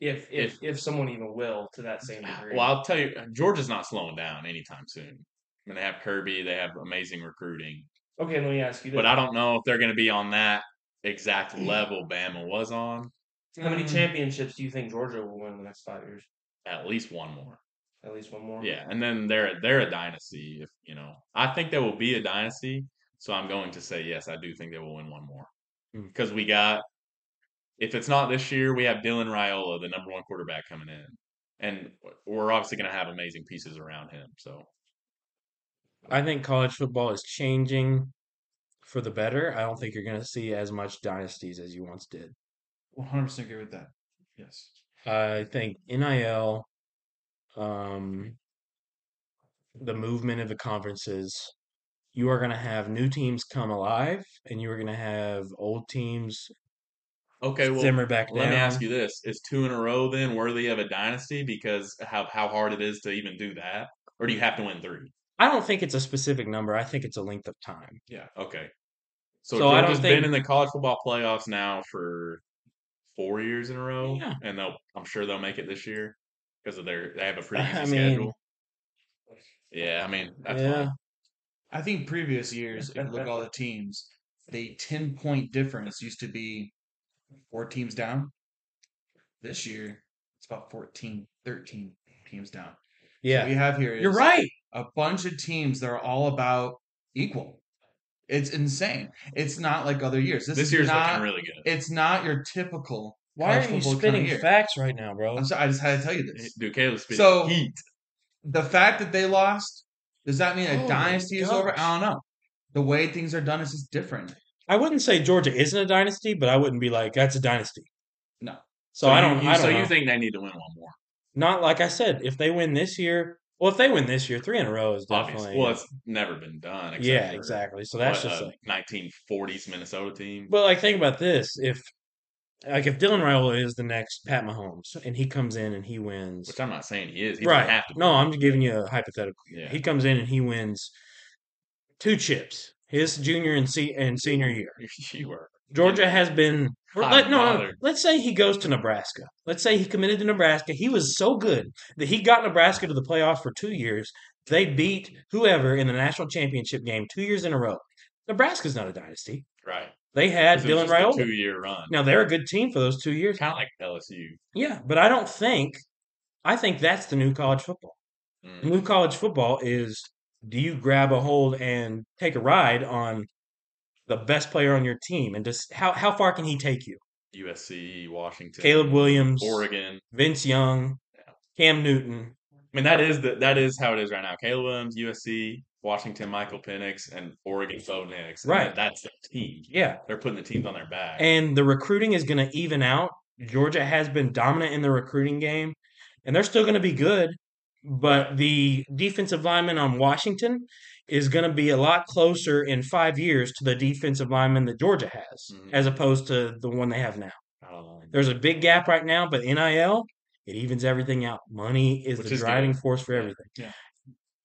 Speaker 4: If if if someone even will to that same degree.
Speaker 3: ah, well, I'll tell you, Georgia's not slowing down anytime soon. I mean, they have Kirby, they have amazing recruiting.
Speaker 4: okay, let me ask you this.
Speaker 3: But I don't know if they're going to be on that exact level Bama was on.
Speaker 4: How many
Speaker 1: Hmm.
Speaker 2: Mm.
Speaker 4: championships do you think Georgia will win in the next five years?
Speaker 3: At least one more.
Speaker 4: At least one more.
Speaker 3: Yeah, and then they're they're a dynasty. If you know, I think they will be a dynasty. So I'm going to say yes. I do think they will win one more
Speaker 1: Hmm.
Speaker 3: because we got. If it's not this year, we have Dylan Raiola, the number one quarterback, coming in, and we're obviously going to have amazing pieces around him. So
Speaker 1: I think college football is changing for the better. I don't think you're going to see as much dynasties as you once did.
Speaker 2: 100% agree with that. Yes.
Speaker 1: I think NIL, um, the movement of the conferences, you are going to have new teams come alive, and you are going to have old teams
Speaker 3: okay, well,
Speaker 1: simmer back down.
Speaker 3: let me ask you this: Is two in a row then worthy of a dynasty? Because how how hard it is to even do that, or do you have to win three?
Speaker 1: I don't think it's a specific number. I think it's a length of time.
Speaker 3: Okay. So,
Speaker 1: So I
Speaker 3: Georgia's
Speaker 1: don't
Speaker 3: been
Speaker 1: think-
Speaker 3: in the college football playoffs now for four years in a row,
Speaker 1: Yeah.
Speaker 3: and they'll I'm sure they'll make it this year because of their they have a pretty easy
Speaker 1: I mean-
Speaker 3: schedule. Yeah, I mean that's
Speaker 1: yeah,
Speaker 3: fine.
Speaker 2: I think previous years, if you look at all the teams, the 10 point difference used to be four teams down. This year, it's about 14, 13 teams down. What
Speaker 1: yeah,
Speaker 2: we have here is
Speaker 1: you're right.
Speaker 2: a bunch of teams that are all about equal. It's insane. It's not like other years. This,
Speaker 3: This
Speaker 2: is
Speaker 3: year's
Speaker 2: not,
Speaker 3: looking really good.
Speaker 2: It's not your typical.
Speaker 1: Why
Speaker 2: college
Speaker 1: are you
Speaker 2: football kind of
Speaker 1: spinning
Speaker 2: year.
Speaker 1: facts right now, bro?
Speaker 2: I'm sorry, I just had to tell you this.
Speaker 3: Dude, Caleb's been
Speaker 2: So-
Speaker 3: heat.
Speaker 2: The fact that they lost, does that mean a
Speaker 1: Oh my
Speaker 2: dynasty is over?
Speaker 1: gosh.
Speaker 2: I don't know. The way things are done is just different.
Speaker 1: I wouldn't say Georgia isn't a dynasty, but I wouldn't be like that's a dynasty.
Speaker 2: No.
Speaker 1: So, I don't.
Speaker 3: You, you-
Speaker 1: I don't
Speaker 3: so
Speaker 1: know.
Speaker 3: you think they need to win one more?
Speaker 1: Not like I said. If they win this year, well, if they win this year, three in a row is
Speaker 3: Obviously,
Speaker 1: definitely.
Speaker 3: well, it's never been done. except
Speaker 1: yeah,
Speaker 3: for,
Speaker 1: exactly. So that's
Speaker 3: what,
Speaker 1: just.
Speaker 3: a
Speaker 1: Like,
Speaker 3: 1940s Minnesota team.
Speaker 1: but like, think about this: if like if Dylan Raiola is the next Pat Mahomes and he comes in and he wins,
Speaker 3: Which I'm not saying he is. He doesn't
Speaker 1: right?
Speaker 3: have to. be.
Speaker 1: No, I'm just giving you a hypothetical.
Speaker 3: Yeah.
Speaker 1: He comes in and he wins two chips his junior and se- and senior year.
Speaker 3: you were.
Speaker 1: Georgia has been.
Speaker 3: Hot
Speaker 1: Let, no, no,
Speaker 3: bothered.
Speaker 1: let's say he goes to Nebraska. Let's say he committed to Nebraska. He was so good that he got Nebraska to the playoffs for two years. They beat whoever in the national championship game two years in a row. Nebraska's not a dynasty.
Speaker 3: Right.
Speaker 1: They had
Speaker 3: This is
Speaker 1: Dylan
Speaker 3: just a
Speaker 1: Raiola.
Speaker 3: two-year run.
Speaker 1: Now they're a good team for those two years.
Speaker 3: kind of like LSU.
Speaker 1: Yeah, but I don't think. I think that's the new college football. The
Speaker 3: Mm.
Speaker 1: new college football is: do you grab a hold and take a ride on the best player on your team, and just how how far can he take you?
Speaker 3: USC, Washington,
Speaker 1: Caleb Williams,
Speaker 3: Oregon.
Speaker 1: Vince Young, Cam Newton.
Speaker 3: I mean, that is the, that is how it is right now. Caleb Williams, USC, Washington, Michael Penix, and Oregon Bo Nix. And
Speaker 1: Right.
Speaker 3: that- that's their team.
Speaker 1: Yeah.
Speaker 3: They're putting the teams on their back.
Speaker 1: And the recruiting is going to even out. Georgia has been dominant in the recruiting game, and they're still going to be good. But the defensive lineman on Washington is going to be a lot closer in five years to the defensive lineman that Georgia has,
Speaker 3: Mhm.
Speaker 1: as opposed to the one they have now.
Speaker 3: Um,
Speaker 1: There's a big gap right now, but NIL, it evens everything out. Money is
Speaker 3: Which
Speaker 1: the
Speaker 3: is good.
Speaker 1: driving force for everything.
Speaker 2: Yeah.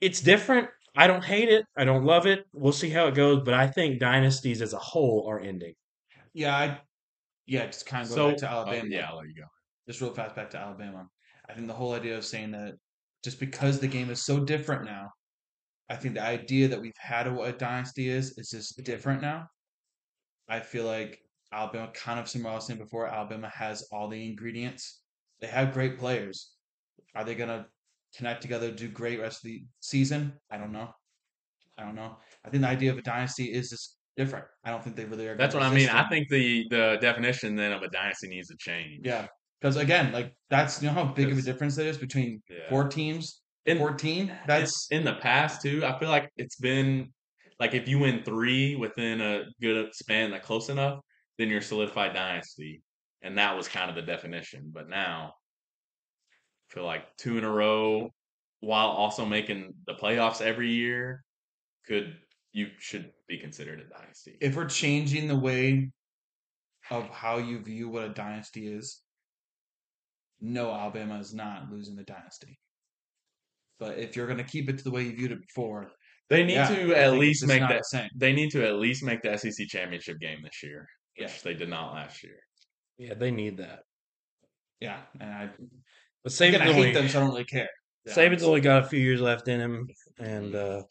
Speaker 1: It's different. I don't hate it. I don't love it. We'll see how it goes, but I think dynasties as a whole are ending.
Speaker 2: Yeah, I, yeah, just kind of go
Speaker 3: so
Speaker 2: back to Alabama.
Speaker 3: Oh, yeah, I'll let you go.
Speaker 2: just real fast back to Alabama. I think the whole idea of saying that just because the game is so different now, I think the idea that we've had of what a dynasty is is just different now. I feel like Alabama, kind of similar I was saying before, Alabama has all the ingredients. They have great players. Are they gonna connect together, do great rest of the season? I don't know. I don't know. I think the idea of a dynasty is just different. I don't think they really are.
Speaker 3: That's what
Speaker 2: gonna
Speaker 3: I mean.
Speaker 2: exist
Speaker 3: I think the the definition then of a dynasty needs to change.
Speaker 2: yeah, because again, like that's you know how big of a
Speaker 3: Because-
Speaker 2: difference that is between
Speaker 3: Yeah.
Speaker 2: four teams,
Speaker 3: And-
Speaker 2: fourteen.
Speaker 3: That's
Speaker 2: That's
Speaker 3: in the past too. I feel like it's been like if you win three within a good span, like close enough, then you're solidified dynasty, and that was kind of the definition. But now, I feel like two in a row, while also making the playoffs every year, could you should be considered a dynasty.
Speaker 2: if we're changing the way of how you view what a dynasty is. No, Alabama is not losing the dynasty. But if you're going to keep it to the way you viewed it before,
Speaker 3: They need
Speaker 2: yeah,
Speaker 3: to
Speaker 2: I
Speaker 3: at
Speaker 2: think
Speaker 3: least
Speaker 2: it's
Speaker 3: make
Speaker 2: not
Speaker 3: that.
Speaker 2: the same.
Speaker 3: They need to at least make the SEC championship game this year, which
Speaker 2: Yeah.
Speaker 3: they did not last year.
Speaker 1: Yeah, they need that.
Speaker 2: Yeah, and I,
Speaker 1: But
Speaker 2: again,
Speaker 1: Saban's
Speaker 2: I hate
Speaker 1: only,
Speaker 2: them, so I don't really care.
Speaker 1: Saban's only got a few years left in him, and uh,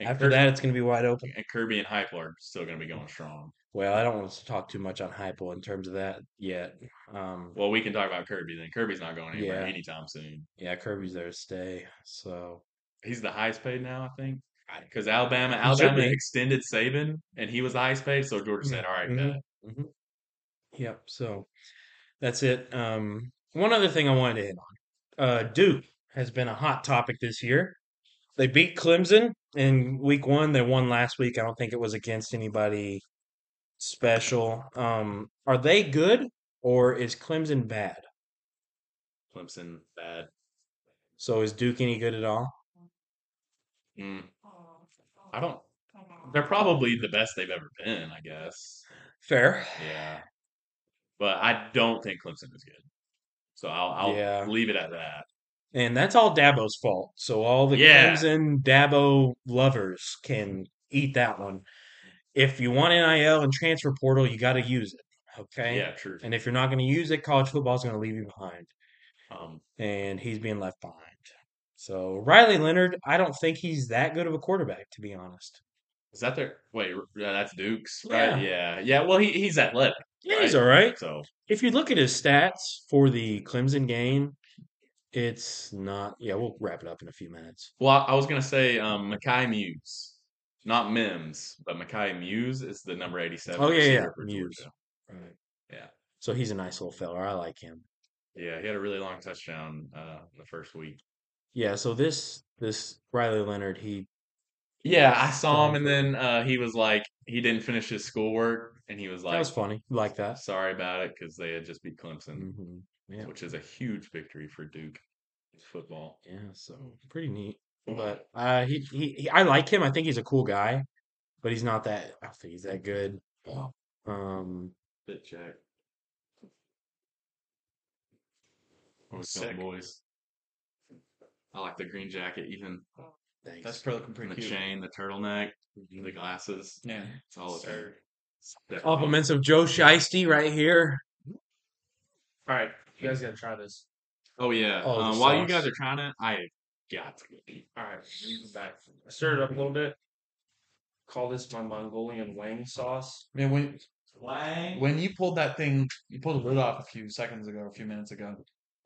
Speaker 3: And
Speaker 1: After
Speaker 3: Kirby,
Speaker 1: that, it's going to be wide open.
Speaker 3: and Kirby and Hype are still going to be going strong.
Speaker 1: Well, I don't want to talk too much on hypo in terms of that yet. Um,
Speaker 3: Well, we can talk about Kirby then. Kirby's not going anywhere
Speaker 1: Yeah.
Speaker 3: anytime soon.
Speaker 1: yeah, Kirby's there to stay. So
Speaker 3: He's the highest paid now, I think,
Speaker 1: Right.
Speaker 3: because Alabama
Speaker 1: He should
Speaker 3: Alabama
Speaker 1: be.
Speaker 3: extended Saban, and he was the highest paid. So Georgia said, "All right,
Speaker 1: Mhm.
Speaker 3: bet."
Speaker 1: Yep. So that's it. Um, one other thing I wanted to hit on uh, Duke has been a hot topic this year. They beat Clemson in week one. They won last week. I don't think it was against anybody special. Um, are they good or is Clemson bad?
Speaker 3: Clemson bad.
Speaker 1: So is Duke any good at all?
Speaker 3: Mm. I don't. They're probably the best they've ever been, I guess.
Speaker 1: Fair.
Speaker 3: Yeah, but I don't think Clemson is good. So I'll, I'll
Speaker 1: Yeah.
Speaker 3: leave it at that.
Speaker 1: And that's all Dabo's fault. So all the
Speaker 3: Yeah.
Speaker 1: Clemson Dabo lovers can eat that one. If you want NIL and transfer portal, you got to use it. Okay.
Speaker 3: Yeah, true.
Speaker 1: And if you're not going to use it, college football is going to leave you behind.
Speaker 3: Um,
Speaker 1: And he's being left behind. So Riley Leonard, I don't think he's that good of a quarterback, to be honest.
Speaker 3: is that their wait? r- yeah, That's Duke's,
Speaker 1: Yeah.
Speaker 3: right? Yeah, yeah. Well, he, he's athletic,
Speaker 1: Yeah, he's
Speaker 3: Right.
Speaker 1: all right.
Speaker 3: so
Speaker 1: If you look at his stats for the Clemson game, it's not. Yeah, we'll wrap it up in a few minutes.
Speaker 3: Well, I- I was gonna say um Makai Muse, not Mims, but Makai Muse is the number eighty-seven.
Speaker 1: Oh, yeah, yeah,
Speaker 3: receiver for
Speaker 1: Muse.
Speaker 3: Georgia.
Speaker 1: Right.
Speaker 3: Yeah.
Speaker 1: So he's a nice little fella. I like him.
Speaker 3: Yeah, he had a really long touchdown uh, in the first week.
Speaker 1: Yeah, so this this Riley Leonard, he
Speaker 3: Yeah, I saw him, and then uh, he was like, he didn't finish his schoolwork, and he was
Speaker 1: that
Speaker 3: like,
Speaker 1: was funny. Like that.
Speaker 3: sorry about it because they had just beat Clemson,
Speaker 1: hmm Yeah.
Speaker 3: which is a huge victory for Duke football.
Speaker 1: Yeah, so pretty neat.
Speaker 2: Mm-hmm.
Speaker 1: But uh he, he he I like him. I think he's a cool guy, but he's not that I don't think he's that good. Um
Speaker 3: Bit check.
Speaker 2: What's
Speaker 3: going,
Speaker 2: sick?
Speaker 3: boys? I like the green jacket, even
Speaker 1: thanks.
Speaker 2: That's pretty looking
Speaker 3: and
Speaker 2: pretty
Speaker 3: the
Speaker 2: cute.
Speaker 3: chain, the turtleneck, the glasses.
Speaker 2: Yeah.
Speaker 3: It's all
Speaker 2: Sir.
Speaker 3: there.
Speaker 1: Compliments of Joe Shiesty right here.
Speaker 4: All right, you guys gotta try this.
Speaker 3: Oh yeah.
Speaker 1: Oh, the
Speaker 3: um, while you
Speaker 1: sauce.
Speaker 3: guys are trying it, I got to eat.
Speaker 4: All right, leave it back. I stirred it up a little bit. Call this my Mongolian wang sauce.
Speaker 2: Man, when when you pulled that thing, you pulled the lid off a few seconds ago, a few minutes ago,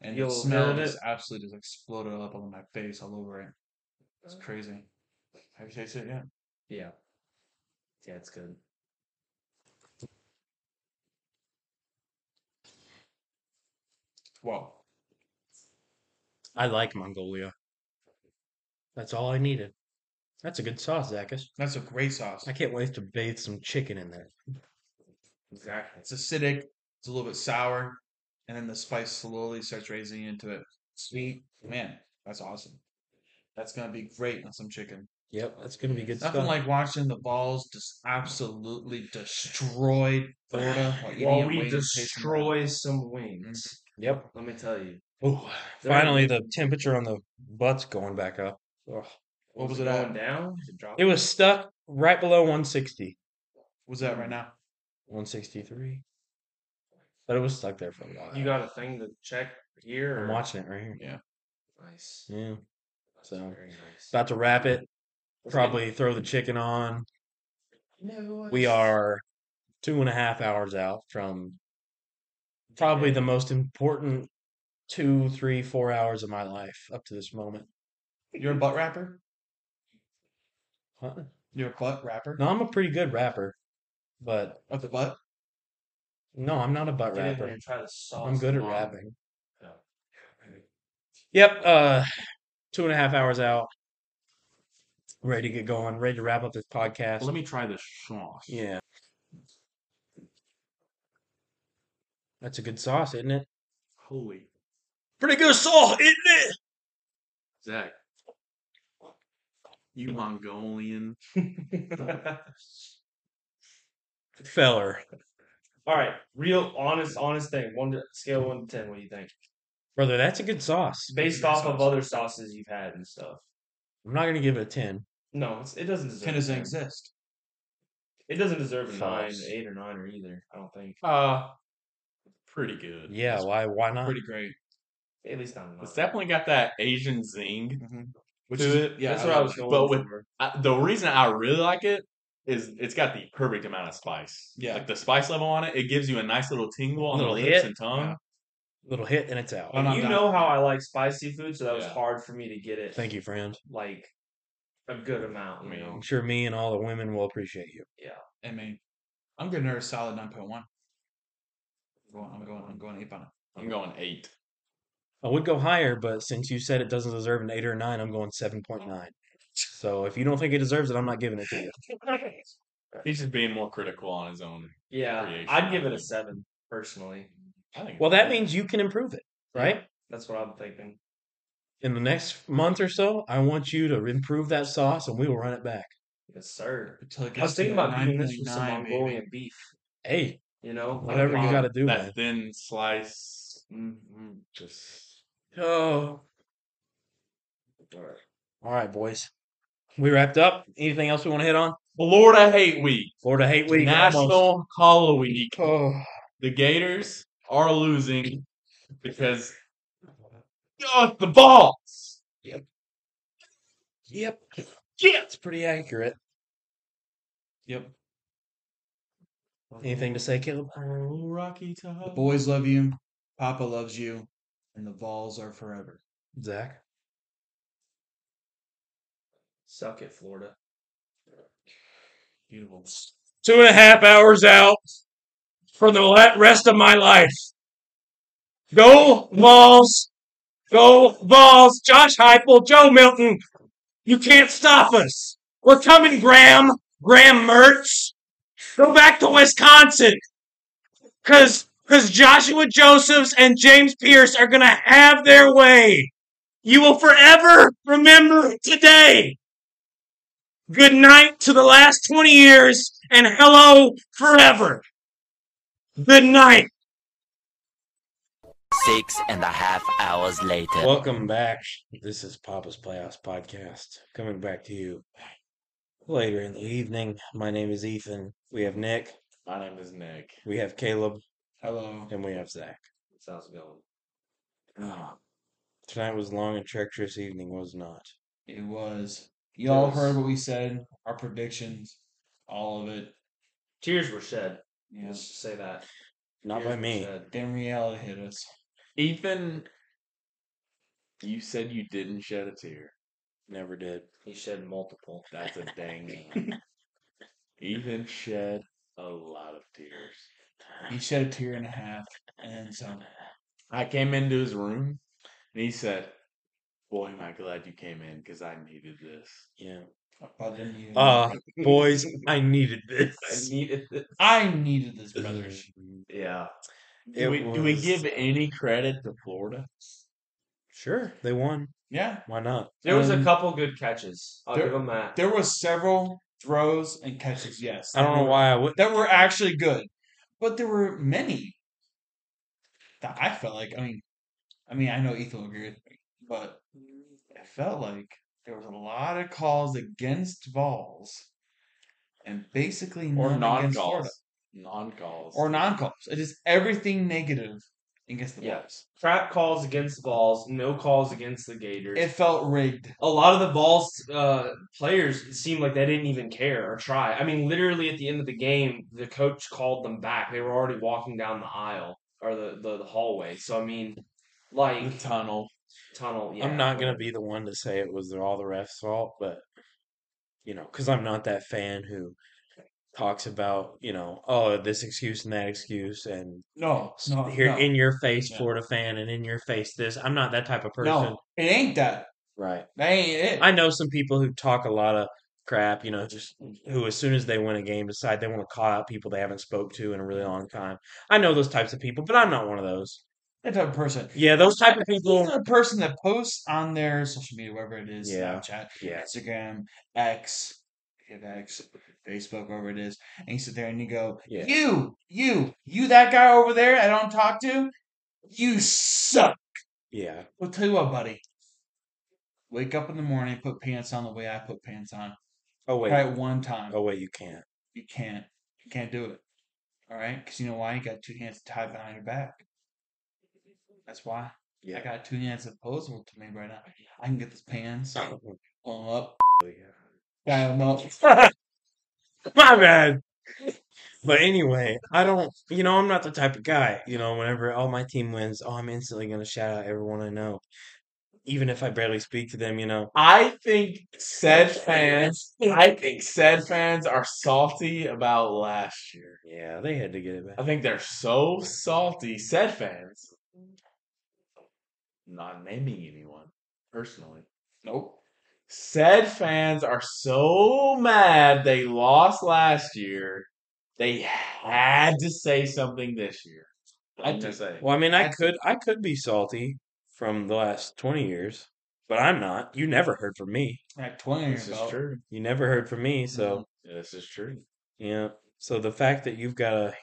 Speaker 2: and
Speaker 4: You'll
Speaker 2: the smell
Speaker 4: heard
Speaker 2: just
Speaker 4: it.
Speaker 2: absolutely just exploded up on my face, all over it. It's crazy. Have you tasted it yet?
Speaker 4: Yeah. Yeah, it's good.
Speaker 2: Whoa!
Speaker 1: I like Mongolia. That's all I needed. That's a good sauce, Zachus.
Speaker 2: That's a great sauce.
Speaker 1: I can't wait to bathe some chicken in there.
Speaker 4: Exactly.
Speaker 2: It's acidic. It's a little bit sour, and then the spice slowly starts raising into it. Sweet, man, that's awesome. That's gonna be great on some chicken.
Speaker 1: Yep, that's gonna be good
Speaker 2: Nothing
Speaker 1: stuff.
Speaker 2: like watching the balls just absolutely destroy Florida. while eating
Speaker 4: While
Speaker 2: a
Speaker 4: we
Speaker 2: wing tastes
Speaker 4: destroy some wings,
Speaker 1: yep.
Speaker 4: let me tell you.
Speaker 1: Ooh,
Speaker 4: There-
Speaker 1: finally, the temperature on the butt's going back up. Ugh.
Speaker 2: What was
Speaker 4: it
Speaker 2: it at?
Speaker 4: going down? Is it dropping?
Speaker 1: It was stuck right below 160,
Speaker 2: What's that right now?
Speaker 1: 163, but it was stuck there for a while.
Speaker 4: You got a thing to check here?
Speaker 1: I'm
Speaker 4: or-
Speaker 1: watching it right here.
Speaker 4: Nice.
Speaker 1: Yeah,
Speaker 4: That's
Speaker 1: So,
Speaker 4: very nice.
Speaker 1: about to wrap it.
Speaker 4: Let's get-
Speaker 1: Probably throw the chicken on.
Speaker 4: No,
Speaker 1: We
Speaker 4: it's-
Speaker 1: are two and a half hours out from probably the most important two, three, four hours of my life up to this moment.
Speaker 2: You're a butt rapper.
Speaker 1: Huh?
Speaker 2: You're a butt rapper.
Speaker 1: No, I'm a pretty good rapper, but
Speaker 2: Of the butt.
Speaker 1: no, I'm not a butt
Speaker 4: Get in there
Speaker 1: rapper.
Speaker 4: and try the sauce.
Speaker 1: I'm good at
Speaker 4: Mom.
Speaker 1: rapping.
Speaker 4: Yeah.
Speaker 1: Yep, uh two and a half hours out. Ready to get going, ready to wrap up this podcast.
Speaker 3: Let me try this sauce.
Speaker 1: yeah. That's a good sauce, isn't it?
Speaker 3: Holy
Speaker 1: Pretty good sauce, isn't it?
Speaker 3: Zach. You Mongolian.
Speaker 1: Feller.
Speaker 4: All right, real honest, honest thing. One to, scale one to ten. What do you think?
Speaker 1: Brother, that's a good sauce.
Speaker 4: Based off of other sauces you've had and stuff.
Speaker 1: I'm not gonna give it a ten.
Speaker 4: No, it's, it doesn't deserve.
Speaker 2: Can
Speaker 4: a
Speaker 2: doesn't
Speaker 4: 10.
Speaker 2: exist.
Speaker 4: It doesn't deserve a nine,
Speaker 1: False.
Speaker 4: eight, or nine, or either. I don't think.
Speaker 3: Uh pretty good.
Speaker 1: Yeah, why why not?
Speaker 2: Pretty great.
Speaker 4: At least not a nine.
Speaker 3: It's definitely got that Asian zing.
Speaker 2: Mhm. Which
Speaker 3: to
Speaker 2: is,
Speaker 3: it.
Speaker 2: Yeah,
Speaker 4: That's what I was
Speaker 2: like it.
Speaker 4: going
Speaker 3: But with-
Speaker 4: for.
Speaker 3: I, the reason I really like it is it's got the perfect amount of spice.
Speaker 2: Yeah.
Speaker 3: Like the spice level on it, it gives you a nice little tingle on
Speaker 1: Little
Speaker 3: the lips
Speaker 1: hit.
Speaker 3: and tongue.
Speaker 1: Little hit and it's out.
Speaker 2: Oh, no. I'm
Speaker 4: you
Speaker 2: not-
Speaker 4: know how I like spicy food, so that was
Speaker 3: Yeah.
Speaker 4: hard for me to get it
Speaker 1: Thank you, friend.
Speaker 4: like a good amount. You
Speaker 3: I mean,
Speaker 4: know?
Speaker 1: I'm sure me and all the women will appreciate you.
Speaker 2: I mean, I'm giving her a solid nine point one. I'm going, I'm going, I'm going ape on it.
Speaker 3: I'm going eight.
Speaker 1: I would go higher, but since you said it doesn't deserve an eight or a nine, I'm going seven point nine. So if you don't think it deserves it, I'm not giving it to you.
Speaker 3: He's just being more critical on his own.
Speaker 4: Yeah,
Speaker 3: Creation,
Speaker 4: I'd give it a
Speaker 3: I
Speaker 4: seven personally.
Speaker 3: I think
Speaker 1: Well, that means you can improve it, right?
Speaker 4: That's what I'm thinking.
Speaker 1: In the next month or so, I want you to improve that sauce, and we will run it back.
Speaker 4: Yes, sir.
Speaker 2: Until it
Speaker 4: I was
Speaker 2: gets to
Speaker 4: thinking
Speaker 2: a
Speaker 4: about doing this with some
Speaker 2: 9.9, baby.
Speaker 4: Mongolian beef.
Speaker 1: Hey,
Speaker 4: You know, like
Speaker 1: whatever you
Speaker 4: ramen.
Speaker 1: got to do, man.
Speaker 3: that thin slice
Speaker 4: Mhm.
Speaker 3: just
Speaker 1: Oh,
Speaker 4: All right.
Speaker 1: all right, boys. We wrapped up. Anything else we want to hit on?
Speaker 3: Florida Hate Week.
Speaker 1: Florida Hate Week.
Speaker 3: National
Speaker 1: almost.
Speaker 3: Halloween Week.
Speaker 1: Oh,
Speaker 3: The Gators are losing because oh, it's the balls.
Speaker 1: yep.
Speaker 3: Yeah.
Speaker 1: It's pretty accurate.
Speaker 2: Yep.
Speaker 1: Anything to say, Caleb?
Speaker 3: Oh, Rocky
Speaker 2: The
Speaker 3: Top.
Speaker 2: boys love you. Papa loves you, and the Vols are forever.
Speaker 1: Zach?
Speaker 4: Suck it, Florida.
Speaker 2: Beautiful.
Speaker 1: Two and a half hours out for the la- rest of my life. Go balls. Go balls. Josh Heupel, Joe Milton. You can't stop us. We're coming, Graham. Graham Mertz. Go back to Wisconsin. Cause, cause Joshua Josephs and James Pierce are gonna have their way. You will forever remember today. Good night to the last 20 years and hello forever. Good night.
Speaker 5: Six and a half hours later.
Speaker 1: Welcome back. This is Papa's Playoffs Podcast coming back to you later in the evening. My name is Ethan. We have Nick,
Speaker 3: My name is Nick.
Speaker 1: we have Caleb,
Speaker 2: Hello.
Speaker 1: and we have Zach.
Speaker 4: Sounds good.
Speaker 1: Tonight was a long and treacherous evening, was it not.
Speaker 2: It was. Y'all
Speaker 4: Yes.
Speaker 2: heard what we said, our predictions, all of it.
Speaker 4: Tears were shed.
Speaker 2: Yeah.
Speaker 4: Let's just say that.
Speaker 1: Not
Speaker 4: Tears
Speaker 1: by
Speaker 4: were
Speaker 1: me.
Speaker 4: shed.
Speaker 2: Then reality hit us.
Speaker 3: Ethan, you said you didn't shed a tear.
Speaker 1: Never did.
Speaker 4: He shed multiple.
Speaker 3: That's a dang lie. Ethan shed a lot of tears.
Speaker 2: He shed a tear and a half, and then some.
Speaker 3: I came into his room and he said, Boy, am I glad you came in because I needed this.
Speaker 1: Yeah.
Speaker 2: But then you.
Speaker 1: Uh, boys, I needed
Speaker 4: I
Speaker 1: this.
Speaker 4: needed this.
Speaker 2: I needed this, brothers.
Speaker 4: Yeah.
Speaker 1: It
Speaker 3: Do we, do we
Speaker 1: was-
Speaker 3: give any credit to Florida?
Speaker 1: Sure, they won.
Speaker 2: Yeah.
Speaker 1: Why not?
Speaker 4: There was a
Speaker 2: Um,
Speaker 4: couple good catches. I'll
Speaker 2: there-
Speaker 4: give him that.
Speaker 2: There were several throws and catches, yes.
Speaker 1: I don't know why I would.
Speaker 2: That were actually good. But there were many that I felt like, I mean, I mean, I know Ethan will agree with me, but I felt like there was a lot of calls against balls and basically
Speaker 3: Or
Speaker 2: none
Speaker 3: non
Speaker 2: against Florida.
Speaker 3: calls. Non calls.
Speaker 2: Or non calls. It is everything negative against the
Speaker 4: Yeah.
Speaker 2: balls.
Speaker 4: Crap calls against the balls. No calls against the Gators.
Speaker 2: It felt rigged.
Speaker 4: a lot of the balls uh, players seemed like they didn't even care or try. I mean, literally at the end of the game, the coach called them back. They were already walking down the aisle or the, the, the hallway. So I mean,
Speaker 3: The
Speaker 4: like
Speaker 3: tunnel.
Speaker 4: tunnel. Yeah,
Speaker 1: Mm. I'm not gonna be the one to say it was all the refs' fault, but you know, because I'm not that fan who talks about you know, oh, this excuse and that excuse, and
Speaker 2: No, no,
Speaker 1: here
Speaker 2: no.
Speaker 1: in your face,
Speaker 2: No.
Speaker 1: Florida fan, and in your face, this. I'm not that type of person,
Speaker 2: no, it ain't that.
Speaker 1: right?
Speaker 2: That ain't it.
Speaker 1: I know some people who talk a lot of crap, you know, just who as soon as they win a game decide they want to call out people they haven't spoke to in a really long time. I know those types of people, but I'm not one of those.
Speaker 2: that type of person.
Speaker 1: Yeah, those type of
Speaker 2: These
Speaker 1: people.
Speaker 2: are a person that posts on their social media, wherever it is,
Speaker 1: Yeah.
Speaker 2: Snapchat,
Speaker 1: Yeah,
Speaker 2: Instagram, X, if X, Facebook, wherever it is, and you sit there and you go,
Speaker 1: Yeah.
Speaker 2: "You, you, you, that guy over there, I don't talk to, you suck."
Speaker 1: yeah.
Speaker 2: Well, tell you what, buddy. Wake up in the morning, put pants on the way I put pants on.
Speaker 1: Oh wait,
Speaker 2: Try it one time.
Speaker 1: oh wait, you can't.
Speaker 2: You can't. You can't do it. All right, because you know why? You got two hands tied behind your back. That's why.
Speaker 1: Yeah.
Speaker 2: I got two hands opposable to me right now. I can get this pants
Speaker 1: Oh,
Speaker 2: all up, dial 'em up.
Speaker 1: My bad. But anyway, I don't, you know, I'm not the type of guy, you know, whenever all my team wins, oh, I'm instantly going to shout out everyone I know, even if I barely speak to them, you know.
Speaker 4: I think said fans. I think said fans are salty about last year.
Speaker 1: Yeah, they had to get it
Speaker 4: I
Speaker 1: back.
Speaker 4: think they're so salty. Said fans, not naming anyone personally.
Speaker 2: Nope.
Speaker 4: Said fans are so mad they lost last year. They had to say something this year.
Speaker 3: I to say.
Speaker 1: Well, I mean, I could, I could be salty from the last 20 years, but I'm not. You never heard from me.
Speaker 2: At 20
Speaker 3: This
Speaker 2: years
Speaker 3: is
Speaker 2: old.
Speaker 3: true.
Speaker 1: You never heard from me. So,
Speaker 3: This is true.
Speaker 2: Mm-hmm.
Speaker 1: yeah. So the fact that you've got to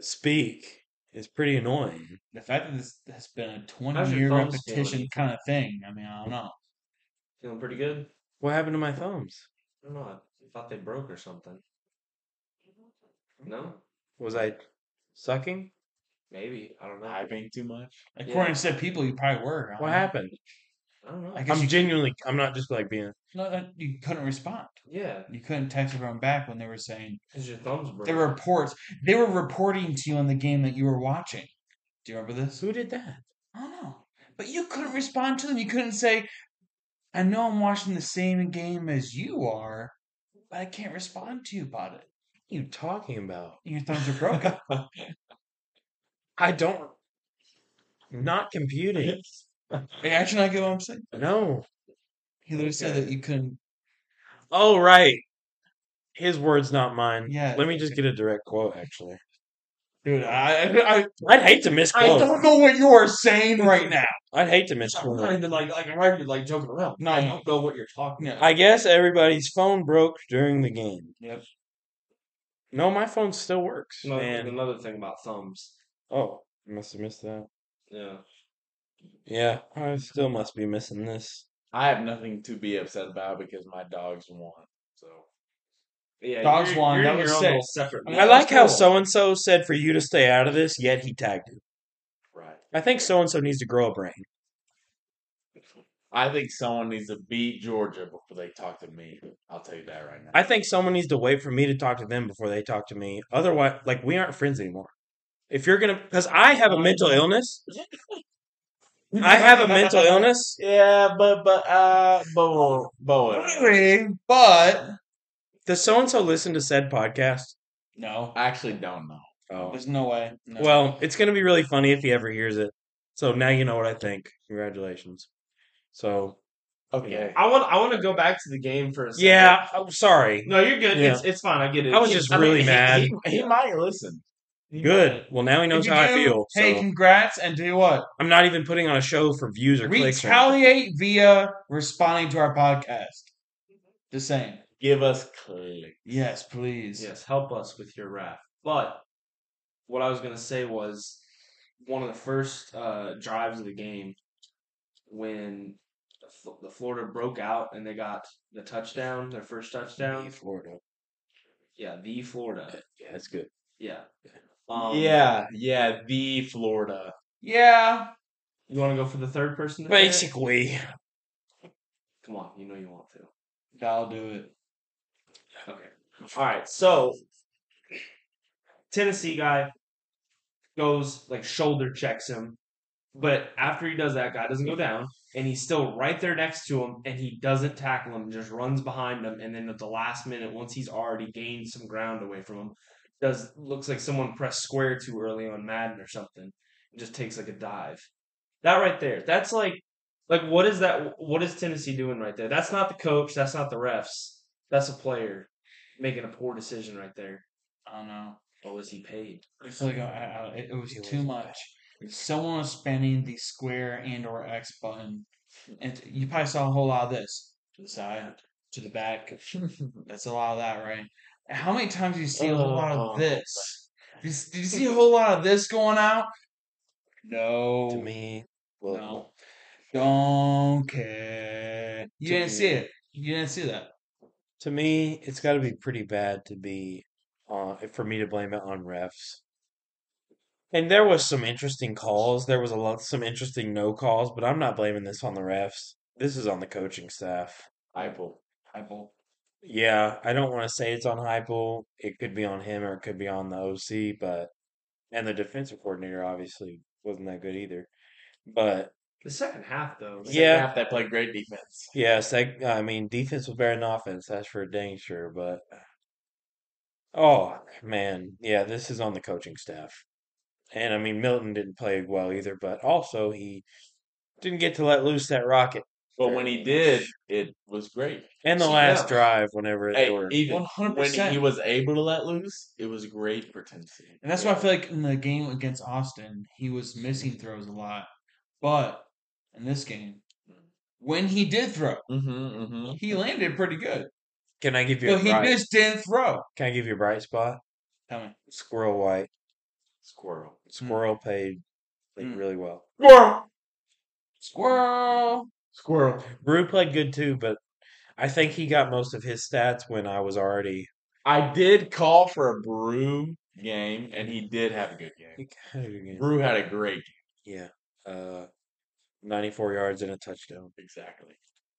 Speaker 1: speak is pretty annoying.
Speaker 2: The fact that this has been a
Speaker 4: How's
Speaker 2: 20
Speaker 4: your
Speaker 2: year
Speaker 4: thumbs
Speaker 2: repetition
Speaker 4: feeling?
Speaker 2: kind of thing, I mean, I don't know.
Speaker 4: Feeling pretty good?
Speaker 1: What happened to my thumbs?
Speaker 4: I don't know. I thought they broke or something. No,
Speaker 1: Was I sucking?
Speaker 4: maybe I don't know. I,
Speaker 3: Hyping too much.
Speaker 2: According to said people, you probably were. I don't
Speaker 1: What
Speaker 2: know.
Speaker 1: happened?
Speaker 4: don't know.
Speaker 2: Uh, I guess
Speaker 1: I'm
Speaker 2: you,
Speaker 1: genuinely. I'm not just like being.
Speaker 2: no, no, you couldn't respond.
Speaker 4: yeah,
Speaker 2: You couldn't text everyone back when they were saying
Speaker 4: because your thumbs broke.
Speaker 2: the reports. They were reporting to you on the game that you were watching. Do you remember this?
Speaker 1: Who did that?
Speaker 2: I don't know. But you couldn't respond to them. You couldn't say, I know I'm watching the same game as you are, but I can't respond to you about it.
Speaker 1: What are you talking about?
Speaker 2: Your thumbs are broken.
Speaker 1: I don't. Not computing.
Speaker 2: Actually, I get what I'm saying.
Speaker 1: No.
Speaker 2: He literally said that you couldn't.
Speaker 1: Oh right. His words, not mine.
Speaker 2: Yeah.
Speaker 1: Let me just get a direct quote. Actually,
Speaker 2: Dude, I, I, I-
Speaker 1: I'd hate to
Speaker 2: I
Speaker 1: misquote.
Speaker 2: don't know what you are saying right now.
Speaker 1: I'd hate to
Speaker 4: I'm not
Speaker 1: misquote.
Speaker 4: even like like I'm not even like joking around.
Speaker 2: No.
Speaker 4: I don't know what you're talking.
Speaker 2: Yeah.
Speaker 1: I guess everybody's phone broke during the game.
Speaker 2: Yep.
Speaker 1: No, my phone still works.
Speaker 4: about. Another,
Speaker 1: And
Speaker 4: another thing about thumbs.
Speaker 1: oh, I must have missed that.
Speaker 4: Yeah,
Speaker 1: Yeah, I still must be missing this.
Speaker 3: I have nothing to be upset about because my dogs won. So
Speaker 4: yeah.
Speaker 2: Dogs
Speaker 4: you're-
Speaker 2: won,
Speaker 4: you're
Speaker 2: that
Speaker 4: in
Speaker 2: was
Speaker 4: your own
Speaker 2: six.
Speaker 4: little Separate.
Speaker 1: I like how so and so said for you to stay out of this, yet he tagged you.
Speaker 3: right.
Speaker 1: I think so and so needs to grow a brain.
Speaker 3: I think someone needs to beat Georgia before they talk to me. I'll tell you that right now.
Speaker 1: I think someone needs to wait for me to talk to them before they talk to me. Otherwise, like we aren't friends anymore. If you're gonna, because I have a mental illness. I have a mental illness.
Speaker 3: yeah, but but uh,
Speaker 2: Oh.
Speaker 3: but but
Speaker 2: Anyway, but
Speaker 1: Does so and so listen to said podcast?
Speaker 2: no,
Speaker 3: I actually don't know.
Speaker 1: Oh,
Speaker 2: there's no way. No.
Speaker 1: well, it's gonna be really funny if he ever hears it. So now you know what I think. Congratulations. So
Speaker 3: Okay,
Speaker 4: I want I want to go back to the game for a second.
Speaker 1: yeah, I'm sorry.
Speaker 4: No, you're good.
Speaker 1: Yeah.
Speaker 4: It's it's fine. I get it.
Speaker 1: I was
Speaker 4: He-
Speaker 1: just really
Speaker 4: he-
Speaker 1: mad.
Speaker 4: he-
Speaker 3: he, he might listen.
Speaker 1: Good. Well, now he
Speaker 2: If
Speaker 1: knows
Speaker 2: you
Speaker 1: how I
Speaker 2: do,
Speaker 1: feel.
Speaker 2: Hey,
Speaker 1: so
Speaker 2: congrats, and do what?
Speaker 1: I'm not even putting on a show for views or clicks. or anything.
Speaker 2: Retaliate via responding to our podcast. The same.
Speaker 3: Give us click.
Speaker 2: Yes, please.
Speaker 4: Yes, help us with your wrath. But what I was going to say was one of the first uh, drives of the game when the Fl- the Florida broke out and they got the touchdown, their first touchdown.
Speaker 1: Florida.
Speaker 4: Yeah, the Florida.
Speaker 1: Yeah, that's good.
Speaker 4: Yeah. Um,
Speaker 3: yeah, yeah, the Florida.
Speaker 2: Yeah.
Speaker 4: You want to go for the third person? to say it?
Speaker 1: Basically,
Speaker 4: Come on, you know you want to.
Speaker 2: I'll do it.
Speaker 4: Okay. All right. So Tennessee guy goes like shoulder checks him, but after he does that, guy doesn't go down, and he's still right there next to him, and he doesn't tackle him, just runs behind him, and then at the last minute, once he's already gained some ground away from him, does looks like someone pressed square too early on Madden or something, and just takes like a dive. That right there. That's like. Like what is that? What is Tennessee doing right there? That's not the coach. That's not the refs. That's a player making a poor decision right there.
Speaker 2: I don't know.
Speaker 4: What was he paid?
Speaker 2: It's like, I- I- it, it was too much. Someone was spamming the square and or X button, and you probably saw a whole lot of this to the side, to the back. That's a lot of that, right? How many times do you see a whole lot
Speaker 3: Oh.
Speaker 2: of this? Did you, did you see a whole lot of this going out? No,
Speaker 1: to me, well,
Speaker 2: no, don't care. You
Speaker 1: To
Speaker 2: didn't see
Speaker 1: me.
Speaker 2: it. You didn't see that.
Speaker 1: to me, it's got to be pretty bad to be uh, for me to blame it on refs. And there was some interesting calls. There was a lot some interesting no calls, but I'm not blaming this on the refs. This is on the coaching staff.
Speaker 4: Eiffel.
Speaker 2: Heupel.
Speaker 1: Yeah, I don't want to say it's on Heupel. It could be on him or it could be on the OC, but and the defensive coordinator obviously wasn't that good either. But
Speaker 4: The second half, though.
Speaker 1: Yeah.
Speaker 3: half that played great defense.
Speaker 1: yeah, sec- I mean defense was better than offense. That's for dang sure. But oh man, yeah, this is on the coaching staff. And I mean Milton didn't play well either, but also he didn't get to let loose that rocket.
Speaker 3: But when he did, it was great.
Speaker 1: And the
Speaker 4: Yeah.
Speaker 1: last drive, whenever they
Speaker 3: Hey,
Speaker 1: were
Speaker 3: even
Speaker 2: 100%.
Speaker 3: when he was able to let loose, it was great for Tennessee.
Speaker 2: And that's why I feel like in the game against Austin, he was missing throws a lot. But in this game, when he did throw,
Speaker 3: Mm-hmm, mm-hmm.
Speaker 2: he landed pretty good.
Speaker 1: Can I give you
Speaker 2: But
Speaker 1: a
Speaker 2: he
Speaker 1: bright,
Speaker 2: just didn't throw.
Speaker 1: can I give you a bright spot?
Speaker 2: Tell me.
Speaker 1: Squirrel White.
Speaker 3: Squirrel.
Speaker 1: Squirrel paid played
Speaker 2: Mm.
Speaker 1: really well.
Speaker 3: Squirrel.
Speaker 2: Squirrel.
Speaker 3: Squirrel.
Speaker 1: Brew played good too, but I think he got most of his stats when I was already
Speaker 3: I did call for a Brew game, and he did have a good game.
Speaker 1: he had a good game.
Speaker 3: Brew had a great game.
Speaker 1: Yeah. Uh 94 yards and a touchdown.
Speaker 3: Exactly.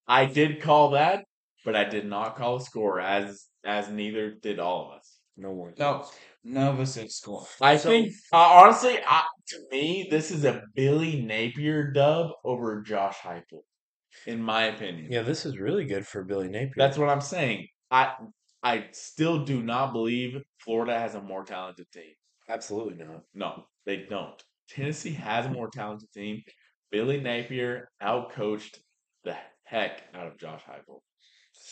Speaker 3: I did call that, but I did not call a score, as as neither did all of us.
Speaker 1: No one.
Speaker 2: No, none of us did score.
Speaker 3: I
Speaker 2: So-
Speaker 3: think, uh, honestly, I, to me, this is a Billy Napier dub over Josh Heupel, in my opinion.
Speaker 1: Yeah, this is really good for Billy Napier.
Speaker 3: That's what I'm saying. I I still do not believe Florida has a more talented team.
Speaker 1: absolutely not.
Speaker 3: No, they don't. Tennessee has a more talented team. Billy Napier outcoached the heck out of Josh Heupel.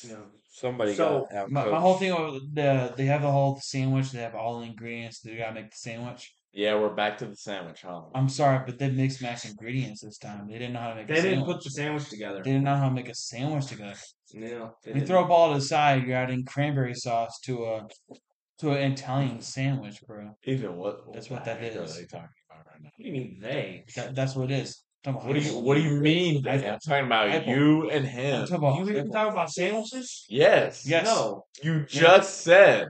Speaker 4: No.
Speaker 1: Somebody
Speaker 4: So,
Speaker 1: got out
Speaker 2: My, my whole thing over the they have the whole sandwich. They have all the ingredients. They gotta make the sandwich.
Speaker 3: Yeah, we're back to the sandwich, huh?
Speaker 2: I'm sorry, but they mixed match ingredients this time. They didn't know how to make.
Speaker 4: They
Speaker 2: a
Speaker 4: didn't
Speaker 2: sandwich.
Speaker 4: put the sandwich together.
Speaker 2: They didn't know how to make a sandwich together.
Speaker 4: No. they
Speaker 2: You
Speaker 4: didn't.
Speaker 2: throw a ball to the side, you're adding cranberry sauce to a to an Italian sandwich, bro.
Speaker 3: Even what?
Speaker 2: That's what that
Speaker 3: the heck
Speaker 2: is.
Speaker 3: Are they talking about right now?
Speaker 4: What do you mean they?
Speaker 2: That, that's what it is. I'm talking
Speaker 3: What do
Speaker 2: about
Speaker 3: you What do you mean?
Speaker 2: I-
Speaker 3: Dave? I'm talking about
Speaker 2: Heupel.
Speaker 3: you and
Speaker 2: I'm
Speaker 3: him.
Speaker 2: talking about-
Speaker 4: You even talk about sandwiches?
Speaker 3: Yes.
Speaker 2: Yes.
Speaker 4: No.
Speaker 3: You just said.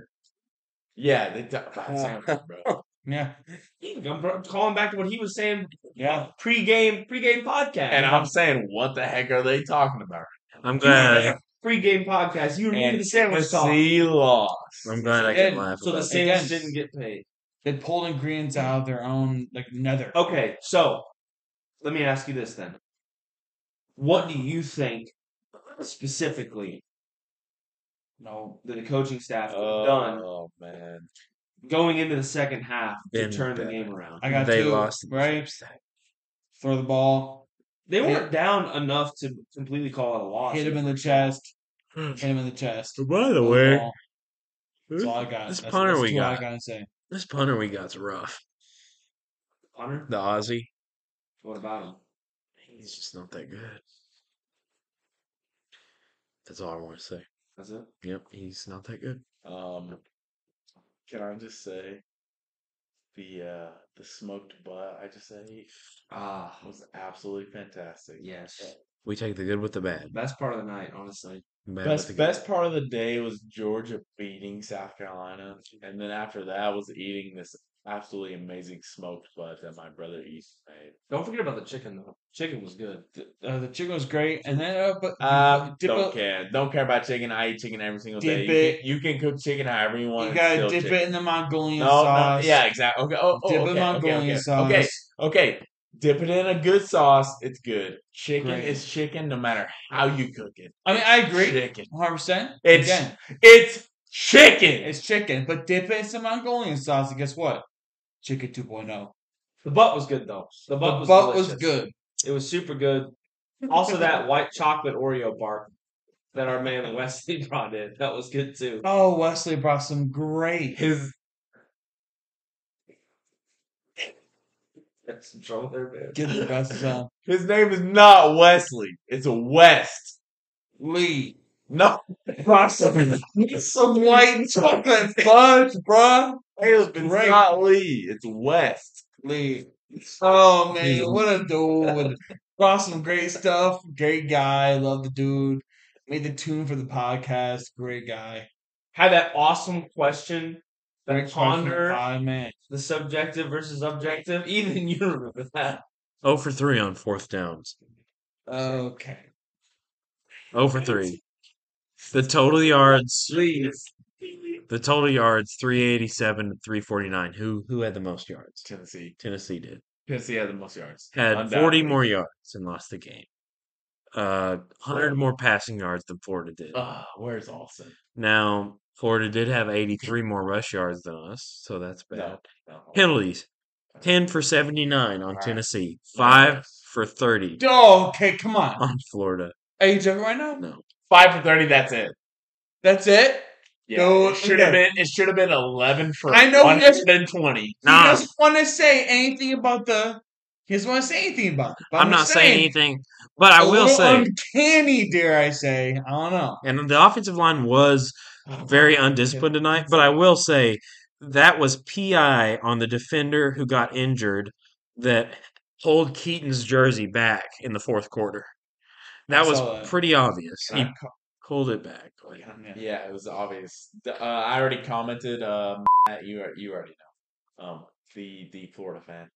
Speaker 3: Yeah, they talk about sandwich, bro.
Speaker 2: Yeah,
Speaker 4: I'm br- calling back to what he was saying
Speaker 2: yeah.
Speaker 4: pre-game pre-game podcast.
Speaker 3: And I'm saying, what the heck are they talking about?
Speaker 1: I'm
Speaker 4: glad- pre-game podcast. You were
Speaker 3: And
Speaker 4: reading the sandwich talk.
Speaker 3: Tennessee lost.
Speaker 1: I'm glad I can
Speaker 2: Again,
Speaker 1: laugh.
Speaker 4: So the
Speaker 1: about it.
Speaker 4: sandwich
Speaker 2: Again.
Speaker 4: didn't get paid.
Speaker 2: They pulled ingredients out of their own like nether.
Speaker 3: Oh.
Speaker 4: Okay, so let me ask you this then. What do you think specifically
Speaker 2: No,
Speaker 4: that the coaching staff
Speaker 3: Oh,
Speaker 4: done
Speaker 3: Oh man.
Speaker 4: going into the second half to
Speaker 1: Been
Speaker 4: turn the
Speaker 1: better.
Speaker 4: game around?
Speaker 2: I got
Speaker 1: they
Speaker 2: two,
Speaker 1: lost
Speaker 2: right. Throw the ball,
Speaker 4: They weren't down enough to completely call it a loss.
Speaker 2: hit him in the chest,
Speaker 3: Hmm.
Speaker 2: hit him in the chest.
Speaker 1: By the
Speaker 2: Throw
Speaker 1: way,
Speaker 2: ball. that's all I got.
Speaker 1: this
Speaker 2: that's,
Speaker 1: punter
Speaker 2: that's
Speaker 1: we
Speaker 2: all I
Speaker 1: got.
Speaker 2: gotta say.
Speaker 1: this punter we got's rough.
Speaker 4: Hunter,
Speaker 1: The Aussie,
Speaker 4: what about him?
Speaker 1: he's just not that good. That's all I want to say.
Speaker 4: That's it.
Speaker 1: Yep, he's not that good.
Speaker 3: Um, can I just say the uh the smoked butt I just said he
Speaker 4: Ah,
Speaker 3: was absolutely fantastic.
Speaker 4: yes.
Speaker 1: We take the good with the bad.
Speaker 4: Best part of the night, honestly.
Speaker 1: bad with the
Speaker 3: Best
Speaker 1: good.
Speaker 3: best part of the day was Georgia beating South Carolina, and then after that was eating this absolutely amazing smoked butt that my brother Ethan made.
Speaker 4: Don't forget about the chicken though. Chicken was good.
Speaker 2: Uh, the chicken was great, and then uh, but
Speaker 3: Uh,
Speaker 2: dip
Speaker 3: don't
Speaker 2: it-
Speaker 3: care. Don't care about chicken. I eat chicken every single
Speaker 2: Dip
Speaker 3: day.
Speaker 2: it.
Speaker 3: You can, you can cook chicken however you want.
Speaker 2: you
Speaker 3: it's
Speaker 2: gotta
Speaker 3: still
Speaker 2: dip
Speaker 3: chicken.
Speaker 2: it in the Mongolian
Speaker 3: No, no,
Speaker 2: sauce.
Speaker 3: yeah, exactly. Okay, oh, oh,
Speaker 2: dip
Speaker 3: okay,
Speaker 2: it in Mongolian
Speaker 3: okay, okay,
Speaker 2: sauce.
Speaker 3: okay, okay. Dip it in a good sauce. It's good. Chicken
Speaker 2: Great.
Speaker 3: is chicken, no matter how you cook it.
Speaker 2: I mean, I agree,
Speaker 3: Chicken.
Speaker 2: one hundred percent.
Speaker 3: It's-
Speaker 2: Again,
Speaker 3: It's chicken.
Speaker 2: it's chicken, but dip it in some Mongolian sauce, and guess what? Chicken 2.0.
Speaker 4: The butt was good though. The
Speaker 2: The
Speaker 4: butt was
Speaker 2: butt was
Speaker 4: delicious.
Speaker 2: good.
Speaker 4: It was super good. Also, that white chocolate Oreo bar that our man Wesley brought in that was good too.
Speaker 2: Oh, Wesley brought some great.
Speaker 3: his
Speaker 4: That's some trouble there, man.
Speaker 2: Get the best zone.
Speaker 3: his name is not Wesley. It's West.
Speaker 2: Lee.
Speaker 3: No,
Speaker 2: Awesome. some white chocolate fudge, bruh.
Speaker 3: it's
Speaker 2: Great.
Speaker 3: not Lee. It's West.
Speaker 2: Lee. Oh man, what a dude. Brought some great stuff. Great guy. Love the dude. Made the tune for the podcast. Great guy.
Speaker 4: Had that awesome question
Speaker 2: Next question, if
Speaker 4: ponder
Speaker 2: I may.
Speaker 4: the subjective versus objective. Even you remember that.
Speaker 1: Oh for three on fourth downs.
Speaker 2: Okay.
Speaker 1: Oh for three. The total yards.
Speaker 4: Please.
Speaker 1: The total yards three eighty seven to three forty nine. Who who had the most yards?
Speaker 3: Tennessee.
Speaker 1: Tennessee did.
Speaker 3: Tennessee had the most yards.
Speaker 1: Had
Speaker 3: Undoubtedly.
Speaker 1: forty more yards and lost the game. Uh, hundred more passing yards than Florida did.
Speaker 3: Ah, where's Austin?
Speaker 1: Now Florida did have eighty three more rush yards than us, so that's bad.
Speaker 3: No, no.
Speaker 1: Penalties. 10 for 79 on
Speaker 3: Wow.
Speaker 1: Tennessee, 5 for 30
Speaker 2: Oh, okay, come on.
Speaker 1: on Florida.
Speaker 2: Are you joking right now?
Speaker 1: No.
Speaker 3: Five for thirty. That's it.
Speaker 2: That's it?
Speaker 3: Yeah,
Speaker 2: No,
Speaker 3: it should have
Speaker 2: okay.
Speaker 3: been. It should have been eleven for.
Speaker 2: I know, yes.
Speaker 3: 120.
Speaker 2: He
Speaker 1: Nah,
Speaker 2: doesn't want to say anything about the. He doesn't want to say anything about it. But
Speaker 1: I'm not
Speaker 2: just
Speaker 1: saying anything, but I
Speaker 2: a
Speaker 1: will
Speaker 2: little
Speaker 1: say,
Speaker 2: Uncanny, dare I say. I don't know.
Speaker 1: and the offensive line was very undisciplined tonight, but I will say that was PI on the defender who got injured that pulled Keaton's jersey back in the fourth quarter. That
Speaker 2: I
Speaker 1: was
Speaker 2: saw that.
Speaker 1: pretty obvious. He
Speaker 2: I ca-
Speaker 1: pulled it back.
Speaker 2: yeah.
Speaker 3: Yeah, it was obvious. The- Uh, I already commented. Um, Matt, you are- you already know. Um, the the Florida fan.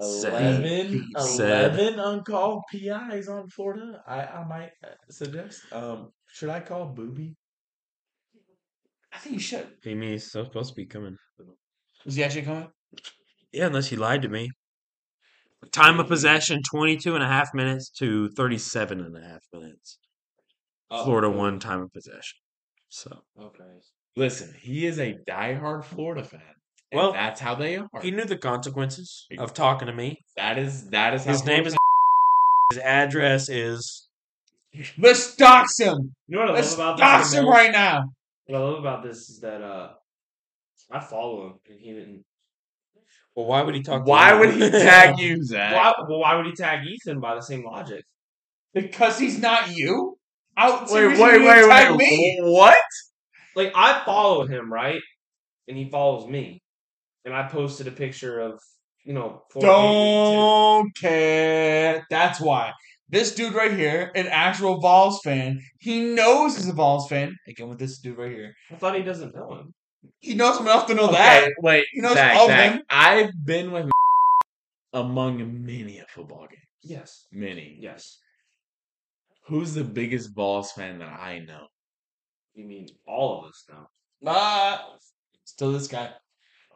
Speaker 1: Said-
Speaker 3: 11,
Speaker 1: said-
Speaker 3: 11 uncalled PIs on Florida. I, I might uh, suggest. Um, should I call Booby? I think you should.
Speaker 1: He means so supposed to be coming.
Speaker 2: Is he actually coming?
Speaker 1: Yeah, unless he lied to me. Time of possession 22 and a half minutes to 37 and a half minutes.
Speaker 3: Oh.
Speaker 1: Florida won time of possession. So
Speaker 3: Okay. Listen, he is a diehard Florida fan. And
Speaker 1: Well,
Speaker 3: that's how they are.
Speaker 1: he knew the consequences of talking to me.
Speaker 3: that is that is how
Speaker 1: His name
Speaker 3: Florida
Speaker 1: is his address is
Speaker 2: Let's dox him.
Speaker 4: You know what I
Speaker 2: Let's
Speaker 4: love about
Speaker 2: dox
Speaker 4: this?
Speaker 2: him
Speaker 4: Ramon?
Speaker 2: right now.
Speaker 4: What I love about this is that uh, I follow him and he didn't.
Speaker 1: well why would he talk to
Speaker 3: Why
Speaker 1: me?
Speaker 3: would he tag you, Zach?
Speaker 4: Why, well, why would he tag Ethan by the same logic?
Speaker 2: Because he's not you? Out
Speaker 3: Wait, wait, wait, wait,
Speaker 2: Me.
Speaker 3: What?
Speaker 4: Like I follow him, right? And he follows me, and I posted a picture of you know. Florida Gator,
Speaker 2: Don't care. That's why. This dude right here, an actual Vols fan, he knows he's a Vols fan. Again, with this dude right here.
Speaker 4: too. I thought he doesn't know him.
Speaker 2: He knows enough to know
Speaker 3: Okay,
Speaker 2: that.
Speaker 3: wait,
Speaker 2: He knows
Speaker 3: Zach,
Speaker 2: all of
Speaker 3: Zach,
Speaker 2: them.
Speaker 3: I've been with among many a football game.
Speaker 4: Yes.
Speaker 3: Many.
Speaker 4: Yes.
Speaker 3: Who's the biggest balls fan that I know?
Speaker 4: You mean all of us now?
Speaker 2: Uh, still this guy.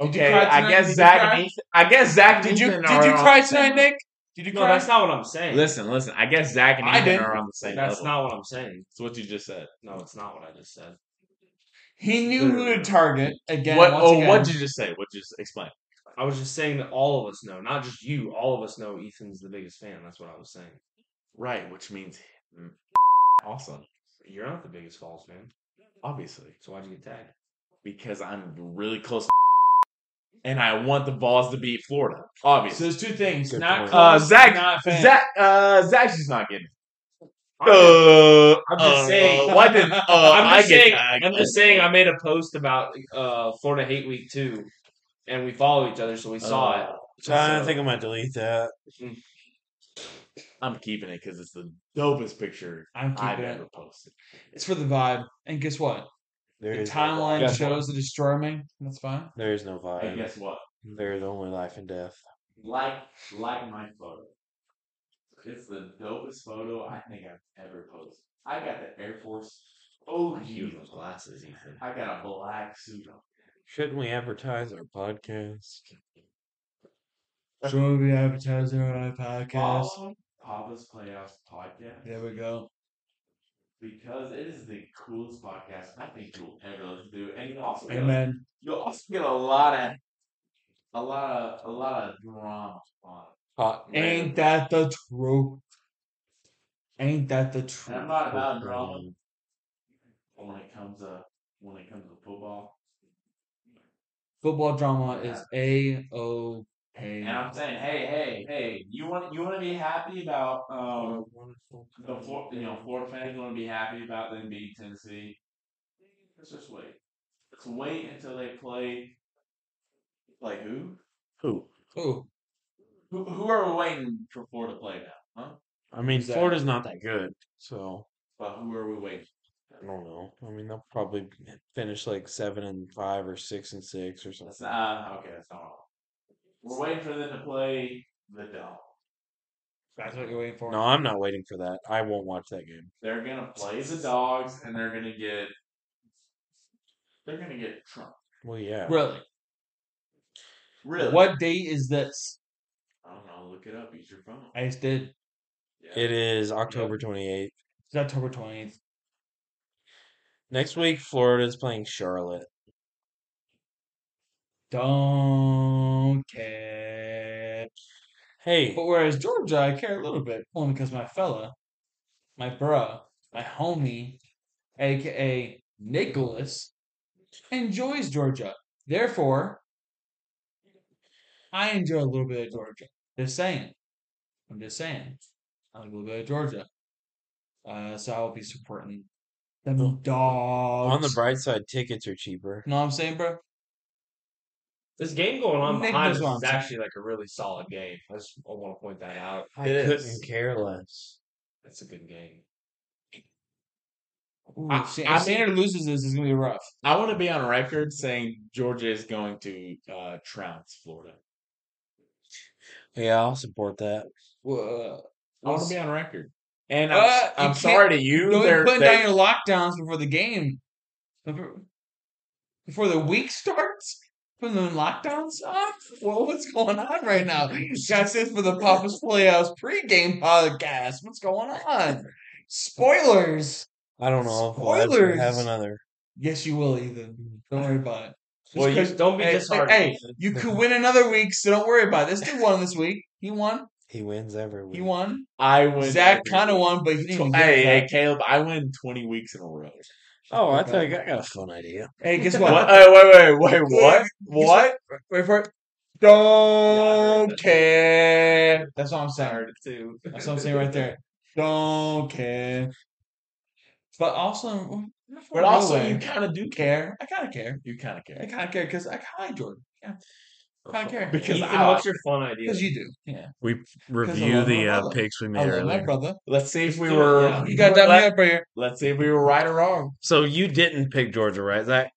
Speaker 2: Did you
Speaker 3: Okay,
Speaker 2: cry
Speaker 3: I
Speaker 2: tonight?
Speaker 3: guess
Speaker 2: Did you
Speaker 3: Zach.
Speaker 2: cry?
Speaker 3: and Ethan- I guess Zach.
Speaker 2: Did you
Speaker 3: and
Speaker 2: did
Speaker 3: Ethan
Speaker 2: you
Speaker 3: are on
Speaker 2: cry
Speaker 3: the same
Speaker 2: tonight, Nick? Did you
Speaker 4: No,
Speaker 2: cry?
Speaker 4: that's not what I'm saying.
Speaker 3: Listen, listen. I guess Zach and
Speaker 2: I
Speaker 3: Ethan
Speaker 2: didn't.
Speaker 3: are on the same
Speaker 4: that's
Speaker 3: level.
Speaker 4: not what I'm saying.
Speaker 3: That's what you just said.
Speaker 4: oh. No, it's not what I just said.
Speaker 2: he knew who to target again.
Speaker 3: what?
Speaker 2: once
Speaker 3: Oh,
Speaker 2: again.
Speaker 3: what did you just say? What did you just explain?
Speaker 4: I was just saying that all of us know, not just you. All of us know Ethan's the biggest fan. That's what I was saying.
Speaker 3: Right, which means mm, awesome,
Speaker 4: You're not the biggest Falls fan,
Speaker 3: obviously,
Speaker 4: so why'd you get tagged?
Speaker 3: because I'm really close, to and I want the balls to beat Florida.
Speaker 2: So
Speaker 3: Obviously,
Speaker 2: there's two things.
Speaker 1: Good
Speaker 2: not
Speaker 1: point.
Speaker 2: close,
Speaker 3: Uh, Zach-
Speaker 2: Not fan.
Speaker 3: Zach, uh, Zach's just not getting. it.
Speaker 4: I'm just-
Speaker 3: Uh,
Speaker 4: I'm just
Speaker 3: uh,
Speaker 4: saying-
Speaker 3: uh, why didn't uh,
Speaker 4: I'm
Speaker 3: I
Speaker 4: just
Speaker 3: get?
Speaker 4: saying.
Speaker 3: tagged?
Speaker 4: I'm just saying. I made a post about uh, Florida Hate Week two, and we follow each other, so we saw
Speaker 3: Uh,
Speaker 4: it.
Speaker 1: So I think I might delete that.
Speaker 3: I'm keeping it because it's the dopest picture
Speaker 2: I'm
Speaker 3: I've
Speaker 2: keeping
Speaker 3: ever
Speaker 2: it.
Speaker 3: posted.
Speaker 2: It's for the vibe. And guess what?
Speaker 1: There
Speaker 2: the
Speaker 1: is
Speaker 2: timeline
Speaker 1: no,
Speaker 3: Guess what?
Speaker 2: shows that it's storming. That's fine.
Speaker 1: vi- there is no vibe.
Speaker 3: And guess what?
Speaker 1: There is only life and death.
Speaker 3: Like, like my photo. It's the dopest photo I think I've ever posted. I got the Air Force
Speaker 4: you
Speaker 3: OU.
Speaker 4: those glasses, Ethan.
Speaker 3: I got a black suit on.
Speaker 1: Shouldn't we advertise our podcast?
Speaker 2: So we'll be advertising on our podcast.
Speaker 3: Follow Papa's Playoffs podcast.
Speaker 2: There we go.
Speaker 3: Because it is the coolest podcast I think you'll ever listen to. And you also get a-
Speaker 2: Amen.
Speaker 3: you'll also get a lot of a lot of a lot of drama on it.
Speaker 1: Hot
Speaker 2: Ain't that the truth? Ain't that the truth?
Speaker 3: And I'm not about drama. But when it comes to when it comes to football.
Speaker 2: Football drama is a o
Speaker 3: And I'm
Speaker 2: k.
Speaker 3: saying, hey, hey, hey, you want you want to be happy about um the Flor- you know Florida fans want to be happy about them beating Tennessee. Let's just wait. Let's wait until they play. Like who?
Speaker 1: Who?
Speaker 2: Ooh,
Speaker 3: Who who are we waiting for Florida to play now? Huh?
Speaker 1: I mean,
Speaker 2: Exactly.
Speaker 1: Florida's not that good, so
Speaker 3: But who are we waiting?
Speaker 1: I don't know. I mean, they'll probably finish like seven and five or six and six or
Speaker 3: That's
Speaker 1: something.
Speaker 3: not okay. That's not. all. We're waiting for them to play the Dolphins.
Speaker 2: That's what you're waiting for.
Speaker 1: No, I'm not waiting for that. I won't watch that game.
Speaker 3: They're gonna play the dogs, and they're gonna get. They're gonna get Trump.
Speaker 1: Well, yeah.
Speaker 2: Really?
Speaker 3: Really?
Speaker 2: What date is this?
Speaker 3: I don't know. Look it up. Use your phone.
Speaker 2: I just did. It's
Speaker 3: Yeah.
Speaker 1: It is October 28th.
Speaker 2: October 20th.
Speaker 1: Next week, Florida is playing Charlotte.
Speaker 2: Don't care.
Speaker 1: Hey,
Speaker 2: But whereas Georgia, I care a little bit, only because my fella, my bruh, my homie, aka Nicholas, enjoys Georgia. Therefore, I enjoy a little bit of Georgia. Just saying. I'm just saying. I like a little bit of Georgia. Uh, so I will be supporting them dogs.
Speaker 1: on the bright side, tickets are cheaper.
Speaker 2: You know what I'm saying, bro?
Speaker 4: This game going on
Speaker 2: Nick
Speaker 4: behind
Speaker 2: knows
Speaker 4: us
Speaker 2: what I'm
Speaker 4: is
Speaker 2: saying.
Speaker 4: actually like a really solid game. I just I want to point that out.
Speaker 1: I
Speaker 3: It
Speaker 1: couldn't
Speaker 3: is.
Speaker 1: care less.
Speaker 4: That's a good game.
Speaker 2: Ooh,
Speaker 3: I-
Speaker 2: Sa-
Speaker 3: I
Speaker 2: if Sanders loses this, it's going to be rough.
Speaker 3: I want to be on record saying Georgia is going to uh, trounce Florida.
Speaker 1: Yeah, I'll support that.
Speaker 2: Well,
Speaker 3: I want
Speaker 2: uh, Let's-
Speaker 3: to be on record. And
Speaker 2: Uh,
Speaker 3: I'm,
Speaker 2: you
Speaker 3: I'm
Speaker 2: can't-
Speaker 3: sorry to you.
Speaker 2: Don't
Speaker 3: they're-
Speaker 2: be putting
Speaker 3: they-
Speaker 2: down your lockdowns before the game. Before before the week starts? Putting the lockdowns on? Well, what's going on right now? Guys, this for the Papa's Playhouse pregame podcast. What's going on? Spoilers.
Speaker 1: I don't know if we'll ever have
Speaker 2: Spoilers.
Speaker 1: another.
Speaker 2: Yes, you will, Ethan. Don't worry about it. Just
Speaker 4: Well, you,
Speaker 2: 'cause-
Speaker 4: don't be
Speaker 2: hey,
Speaker 4: disheartened.
Speaker 2: hey, you could win another week, so don't worry about it. This dude won this week. He won.
Speaker 1: He wins every week.
Speaker 2: He won.
Speaker 3: I win.
Speaker 2: Zach
Speaker 3: every
Speaker 2: kind of
Speaker 3: week.
Speaker 2: won, but he didn't even
Speaker 3: Tw-
Speaker 2: get
Speaker 3: Hey,
Speaker 2: that.
Speaker 3: hey, Caleb, I win 20 weeks in a row.
Speaker 1: oh, I think I got a fun idea.
Speaker 2: Hey, guess
Speaker 3: What?
Speaker 2: what?
Speaker 3: Hey, wait, wait, wait. What? What?
Speaker 2: Wait for it.
Speaker 3: heard
Speaker 2: Don't
Speaker 3: that.
Speaker 2: care. That's what I'm saying.
Speaker 3: too.
Speaker 2: That's what I'm saying right there. Don't care. But also,
Speaker 3: But also, you
Speaker 2: kind of do care. I kind of care.
Speaker 3: You kind of
Speaker 2: I
Speaker 3: care.
Speaker 2: kind of care because I kind of like Jordan. Yeah, kind of care
Speaker 3: Because
Speaker 4: Ethan,
Speaker 3: I-
Speaker 4: what's your fun idea?
Speaker 2: because you do. Yeah,
Speaker 1: We
Speaker 2: review love the, my uh, brother.
Speaker 1: picks we
Speaker 2: I love my brother.
Speaker 3: Let's see if we
Speaker 4: do it,
Speaker 3: were.
Speaker 4: yeah.
Speaker 2: You got that me
Speaker 3: let,
Speaker 2: up right here.
Speaker 3: us see if we were right or wrong.
Speaker 1: So you didn't pick Georgia, right, Zach?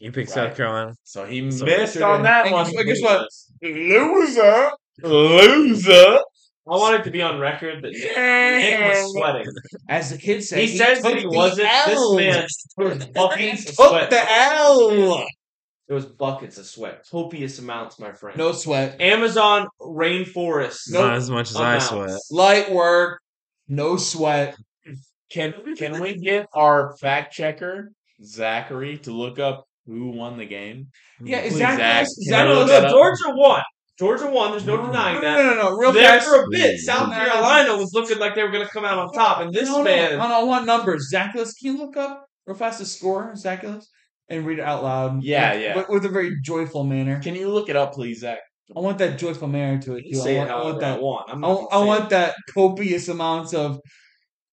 Speaker 1: You picked South
Speaker 3: Right.
Speaker 1: Carolina.
Speaker 3: So he
Speaker 1: So-
Speaker 3: missed on that
Speaker 2: Hey,
Speaker 3: one.
Speaker 2: guess what- guess what?
Speaker 3: Loser. Loser.
Speaker 4: I want it to be on record that Nick was sweating.
Speaker 2: As the kid said,
Speaker 4: He says that
Speaker 2: took
Speaker 4: he
Speaker 2: the
Speaker 4: wasn't. This
Speaker 2: L.
Speaker 4: man was buckets of
Speaker 2: took the
Speaker 4: sweat.
Speaker 2: L.
Speaker 4: It was buckets of sweat, copious amounts, my friend.
Speaker 2: No sweat.
Speaker 4: Amazon rainforest.
Speaker 1: Not as much as I
Speaker 4: amounts.
Speaker 1: sweat.
Speaker 2: Light work. No sweat.
Speaker 3: Can can we get our fact checker Zachary to look up who won the game?
Speaker 2: Yeah,
Speaker 3: Please,
Speaker 2: is that
Speaker 3: Zach,
Speaker 2: is
Speaker 3: can
Speaker 2: that
Speaker 3: you
Speaker 4: No, no,
Speaker 3: look
Speaker 4: no.
Speaker 3: that up? Mm.
Speaker 4: Georgia won. Georgia won. There's no
Speaker 2: No, no,
Speaker 4: denying that.
Speaker 2: no, no. Real
Speaker 4: there
Speaker 2: fast.
Speaker 4: for a bit, South
Speaker 2: No.
Speaker 4: Carolina was looking like they were going to come out on top, and this
Speaker 2: no, no,
Speaker 4: man.
Speaker 2: No, no, I want numbers. Zachulus, can you look up real fast the score, Zachulus, and read it out loud?
Speaker 3: Yeah,
Speaker 2: with,
Speaker 3: yeah.
Speaker 2: With, with a very joyful manner.
Speaker 3: Can you look it up, please, Zach?
Speaker 2: I want that joyful manner to it.
Speaker 4: You
Speaker 2: too.
Speaker 4: say
Speaker 2: I
Speaker 4: it
Speaker 2: want, I want
Speaker 4: however I
Speaker 2: that.
Speaker 4: want. I'm
Speaker 2: I,
Speaker 4: not
Speaker 2: want- I
Speaker 4: gonna say
Speaker 2: want that copious amounts of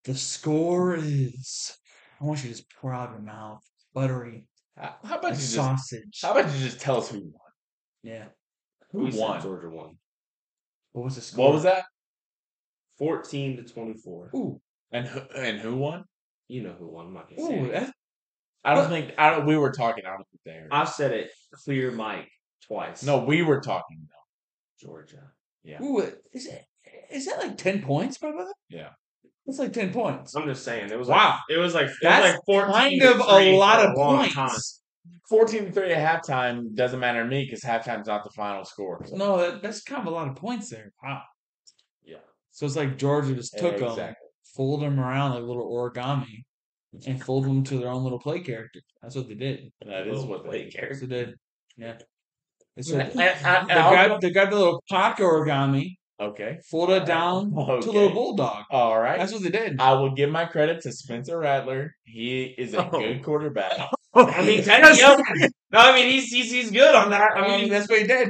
Speaker 2: the score is. I want you to just pour out your mouth, buttery
Speaker 3: How how about
Speaker 2: like
Speaker 3: you just
Speaker 2: sausage.
Speaker 3: how about you just tell us who won?
Speaker 2: yeah.
Speaker 3: Who
Speaker 4: it. We said
Speaker 3: won?
Speaker 4: Georgia won.
Speaker 2: What was the score?
Speaker 3: What was that?
Speaker 4: 14 to 24.
Speaker 2: Ooh,
Speaker 3: And who, and who won?
Speaker 4: You know who won. I'm not going to say
Speaker 2: ooh,
Speaker 4: it.
Speaker 2: that,
Speaker 3: I don't think I don't. We were talking. I don't think they heard.
Speaker 4: I've said it clear mic twice.
Speaker 3: No, we were talking though.
Speaker 4: Georgia.
Speaker 2: ooh, uh, is it? Is that like ten points, my brother?
Speaker 3: Yeah.
Speaker 2: that's like ten points.
Speaker 4: I'm just saying. It was
Speaker 2: Wow.
Speaker 4: Like, it was like, it was
Speaker 2: That's
Speaker 4: like 14
Speaker 2: kind
Speaker 4: to
Speaker 2: of a
Speaker 4: three
Speaker 2: lot
Speaker 4: for
Speaker 2: of
Speaker 4: long
Speaker 2: points.
Speaker 4: time.
Speaker 3: 14 to 3 at halftime doesn't matter to me because halftime's not the final score. So-
Speaker 2: No, that, that's kind of a lot of points there. Wow.
Speaker 3: Yeah.
Speaker 2: So it's like Georgia just took
Speaker 3: Yeah,
Speaker 2: them, fold them around like little origami, and fold them to their own little play character. That's what they did.
Speaker 3: That is what they did.
Speaker 2: That's what they did. Yeah. They
Speaker 3: And-
Speaker 2: said-
Speaker 3: and- and
Speaker 2: they,
Speaker 3: I'll go-
Speaker 2: grabbed, they grabbed the little pocket origami,
Speaker 3: Okay.
Speaker 2: folded it down
Speaker 3: Okay.
Speaker 2: to a little bulldog.
Speaker 3: All right.
Speaker 2: That's what they did.
Speaker 3: I will give my credit to Spencer Rattler. He is a
Speaker 1: Oh.
Speaker 3: good quarterback.
Speaker 4: I mean, Kenny Young- No, I mean, he's, he's, he's good on that. I mean,
Speaker 2: that's what he did.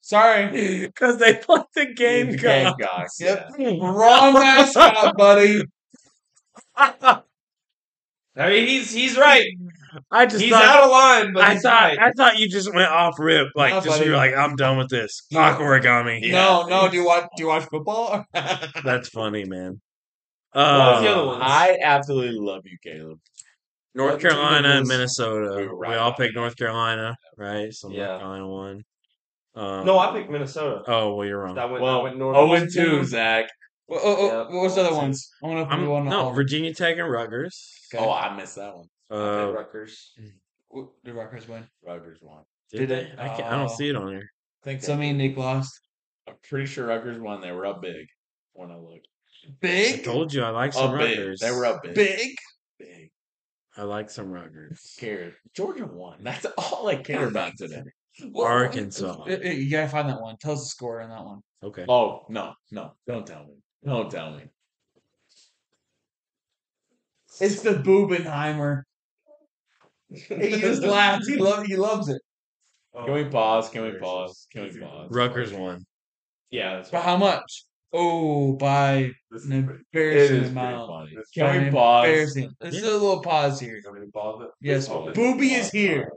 Speaker 2: Sorry.
Speaker 1: because they put the game
Speaker 3: Game
Speaker 1: go.
Speaker 2: Yep. Wrong mascot, buddy.
Speaker 4: I mean, he's he's right.
Speaker 1: I just
Speaker 4: He's
Speaker 1: thought,
Speaker 4: out of line, but
Speaker 1: I
Speaker 4: he's
Speaker 1: thought
Speaker 4: right.
Speaker 1: I thought you just went off rip, like
Speaker 2: No,
Speaker 1: just you're
Speaker 2: buddy.
Speaker 1: like I'm done with this. Talk origami.
Speaker 3: Yeah.
Speaker 2: No, no. Do you watch? Do you watch football?
Speaker 1: That's funny, man.
Speaker 3: Um,
Speaker 1: Uh,
Speaker 4: What was the other one?
Speaker 3: I absolutely love you, Caleb.
Speaker 1: North
Speaker 2: What team
Speaker 1: Carolina and
Speaker 2: is-
Speaker 1: Minnesota.
Speaker 3: We
Speaker 1: We,
Speaker 3: were right
Speaker 1: all
Speaker 3: about
Speaker 1: picked North Carolina, right? So
Speaker 4: Yeah.
Speaker 1: North Carolina won. Um,
Speaker 4: No, I picked Minnesota.
Speaker 1: Oh well, you're wrong.
Speaker 4: That went, that
Speaker 3: Well,
Speaker 4: went north.
Speaker 3: oh and two, Zach.
Speaker 2: Well, oh, oh,
Speaker 4: Yeah.
Speaker 2: what was the other ones? I want to
Speaker 1: I'm,
Speaker 2: know one.
Speaker 1: no, Virginia Tech and Rutgers.
Speaker 2: Okay.
Speaker 3: Oh, I missed that one.
Speaker 1: Uh,
Speaker 4: Oh. Rutgers.
Speaker 2: W- Did Rutgers win?
Speaker 3: Rutgers won.
Speaker 1: did
Speaker 2: did
Speaker 1: they?
Speaker 2: they?
Speaker 1: I, can't, I don't
Speaker 2: Oh.
Speaker 1: see it on here.
Speaker 3: I think
Speaker 2: So
Speaker 3: so.
Speaker 2: me and Nick lost.
Speaker 3: I'm pretty sure Rutgers won. They were up big when I looked.
Speaker 1: I
Speaker 2: Big,
Speaker 1: told you I like some
Speaker 3: Up big.
Speaker 1: Rutgers.
Speaker 3: Oh, They were up big.
Speaker 2: big.
Speaker 3: Big.
Speaker 1: I like some Rutgers.
Speaker 3: Cared. Georgia won. That's all I care about today.
Speaker 2: Well,
Speaker 1: Arkansas.
Speaker 2: it- it- you gotta find that one. Tell us the score on that one.
Speaker 1: Okay.
Speaker 3: Oh no, no! Don't tell me. Don't tell me.
Speaker 2: It's the Bubenheimer. He just laughs. He loves. He loves it.
Speaker 3: Can we pause? Can we pause? Can we pause?
Speaker 1: Rutgers won.
Speaker 3: Yeah. That's
Speaker 2: But how much? Oh, by
Speaker 3: This
Speaker 2: an
Speaker 3: is pretty,
Speaker 2: embarrassing
Speaker 3: it is pretty
Speaker 2: amount.
Speaker 3: funny.
Speaker 2: By
Speaker 3: Can
Speaker 2: an
Speaker 3: we pause?
Speaker 2: Embarrassing. Let's
Speaker 1: Yeah.
Speaker 2: do a little pause here.
Speaker 3: Can we pause it?
Speaker 2: Yes,
Speaker 3: Pause it.
Speaker 2: Booby is
Speaker 3: Pause.
Speaker 2: here.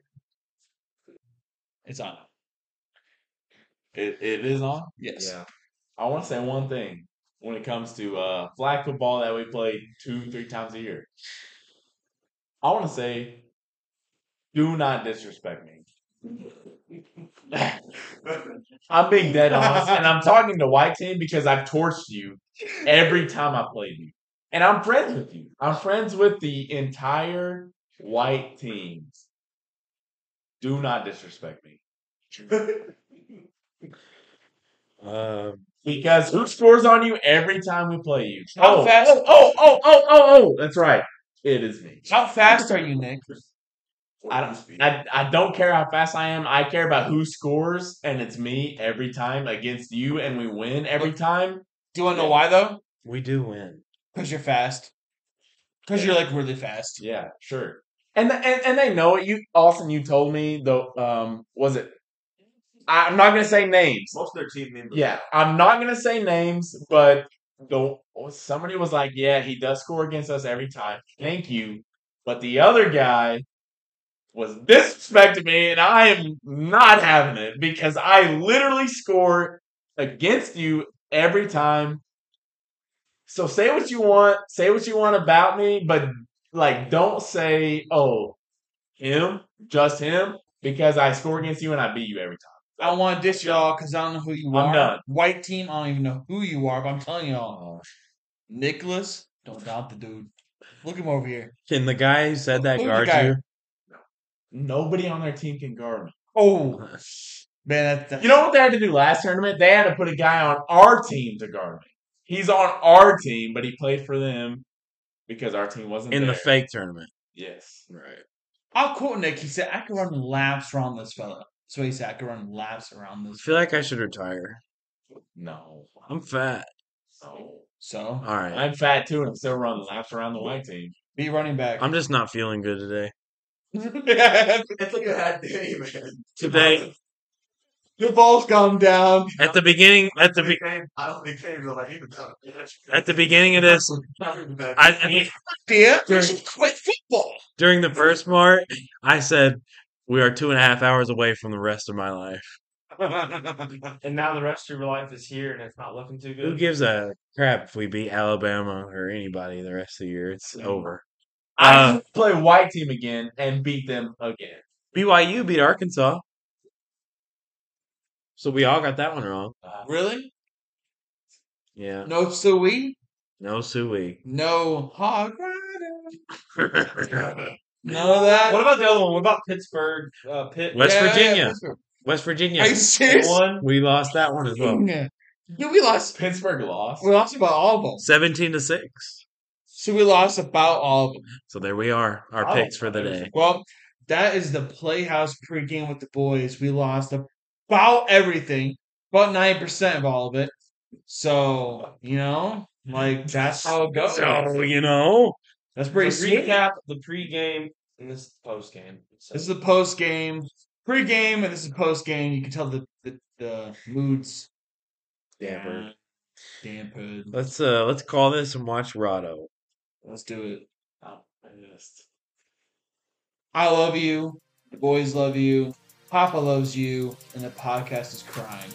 Speaker 2: It's on.
Speaker 3: It, it is on.
Speaker 2: Yes.
Speaker 4: Yeah.
Speaker 3: I want to say one thing when it comes to uh, flag football that we play two, three times a year. I want to say, do not disrespect me. I'm being dead honest, and I'm talking to White Team because I've torched you every time I played you, and I'm friends with you. I'm friends with the entire White Team. Do not disrespect me.
Speaker 1: Uh,
Speaker 3: Because who scores on you every time we play you?
Speaker 2: How
Speaker 3: oh,
Speaker 2: fast-
Speaker 3: Oh, oh, oh, oh, oh, oh. That's right. It is me.
Speaker 2: How fast are you, Nick?
Speaker 3: I don't, I, I don't care how fast I am. I care about who scores, and it's me every time against you, and we win every time.
Speaker 2: Do you want to know why though?
Speaker 1: we do win.
Speaker 2: Because you're fast. Because you're like really fast.
Speaker 3: Yeah, sure. And the, and, and they know it. You Austin, you told me though. Um, was it? I, I'm not gonna say names.
Speaker 4: Most of their team members.
Speaker 3: Yeah, I'm not gonna say names, but the somebody was like, "Yeah, he does score against us every time." Thank you, but the other guy was disrespecting me, and I am not having it because I literally score against you every time. So say what you want, say what you want about me, but like, don't say, "Oh, him, just him," because I score against you and I beat you every time.
Speaker 2: I want to dish y'all because I don't know who you
Speaker 3: I'm
Speaker 2: are.
Speaker 3: done.
Speaker 2: White team, I don't even know who you are, but I'm telling
Speaker 3: Oh.
Speaker 2: y'all. Nicholas, don't doubt the dude. Look him over here.
Speaker 1: Can the guy who said that
Speaker 2: Who's the
Speaker 1: guard
Speaker 2: guy?
Speaker 1: you?
Speaker 3: Nobody on their team can guard me.
Speaker 2: Oh, man. That's, that's,
Speaker 3: You know what they had to do last tournament? They had to put a guy on our team to guard me. He's on our team, but he played for them because our team wasn't
Speaker 1: in
Speaker 3: there.
Speaker 1: the fake tournament.
Speaker 3: yes,
Speaker 1: Right.
Speaker 2: I'll quote Nick. He said, I can run laps around this fella. So he said, I can run laps around
Speaker 1: I
Speaker 2: this.
Speaker 1: feel like I should retire.
Speaker 3: no,
Speaker 1: I'm fat.
Speaker 3: no.
Speaker 2: So
Speaker 1: All right.
Speaker 3: I'm fat too, and I'm still running laps around the white team.
Speaker 2: be running back.
Speaker 1: I'm just not feeling good today.
Speaker 3: It's like a bad day, man.
Speaker 1: Today,
Speaker 2: the ball's gone down.
Speaker 1: at the beginning, at the be-
Speaker 3: I don't think James will like even tell.
Speaker 1: at the beginning of this, I, I think
Speaker 2: Dear,
Speaker 1: Sure.
Speaker 2: you should quit football.
Speaker 1: during the first part, I said we are two and a half hours away from the rest of my life.
Speaker 4: And now the rest of your life is here, and it's not looking
Speaker 1: Who
Speaker 4: too good.
Speaker 1: gives a crap if we beat Alabama or anybody the rest of the year? It's over.
Speaker 3: I
Speaker 1: Uh,
Speaker 3: should play white team again and beat them again.
Speaker 1: BYU beat Arkansas. So we all got that one wrong.
Speaker 2: Really?
Speaker 1: Yeah.
Speaker 2: No Suey?
Speaker 1: No Suey.
Speaker 2: No Hog Rider?
Speaker 1: West
Speaker 2: None of that?
Speaker 4: What about the other one? What about Pittsburgh? Uh, Pitt.
Speaker 1: West
Speaker 2: Yeah,
Speaker 1: Virginia.
Speaker 2: Pittsburgh.
Speaker 1: Virginia.
Speaker 2: Are you serious?
Speaker 4: One.
Speaker 1: We lost that one as well.
Speaker 2: Yeah. Dude, we lost.
Speaker 3: Pittsburgh lost.
Speaker 2: We lost about all of them.
Speaker 1: Seventeen to six.
Speaker 2: So we lost about all of them.
Speaker 1: So there we are. Our
Speaker 3: Oh,
Speaker 1: picks for the
Speaker 3: there's-
Speaker 1: day.
Speaker 2: Well, that is the Playhouse pregame with the boys. We lost about everything, about 90% of all of it. So, you know, like that's how it goes.
Speaker 1: So you know,
Speaker 2: that's pretty
Speaker 4: The
Speaker 2: sweet.
Speaker 4: recap, the pregame, and this is the postgame. So-
Speaker 2: This is the post game, pre game, and this is post game. You can tell the, the, the moods.
Speaker 1: Damper.
Speaker 2: Dampened.
Speaker 1: let's uh let's call this and watch Rotto.
Speaker 2: Let's do it.
Speaker 3: I'm pissed.
Speaker 2: I love you. The boys love you. Papa loves you. And the podcast is crying.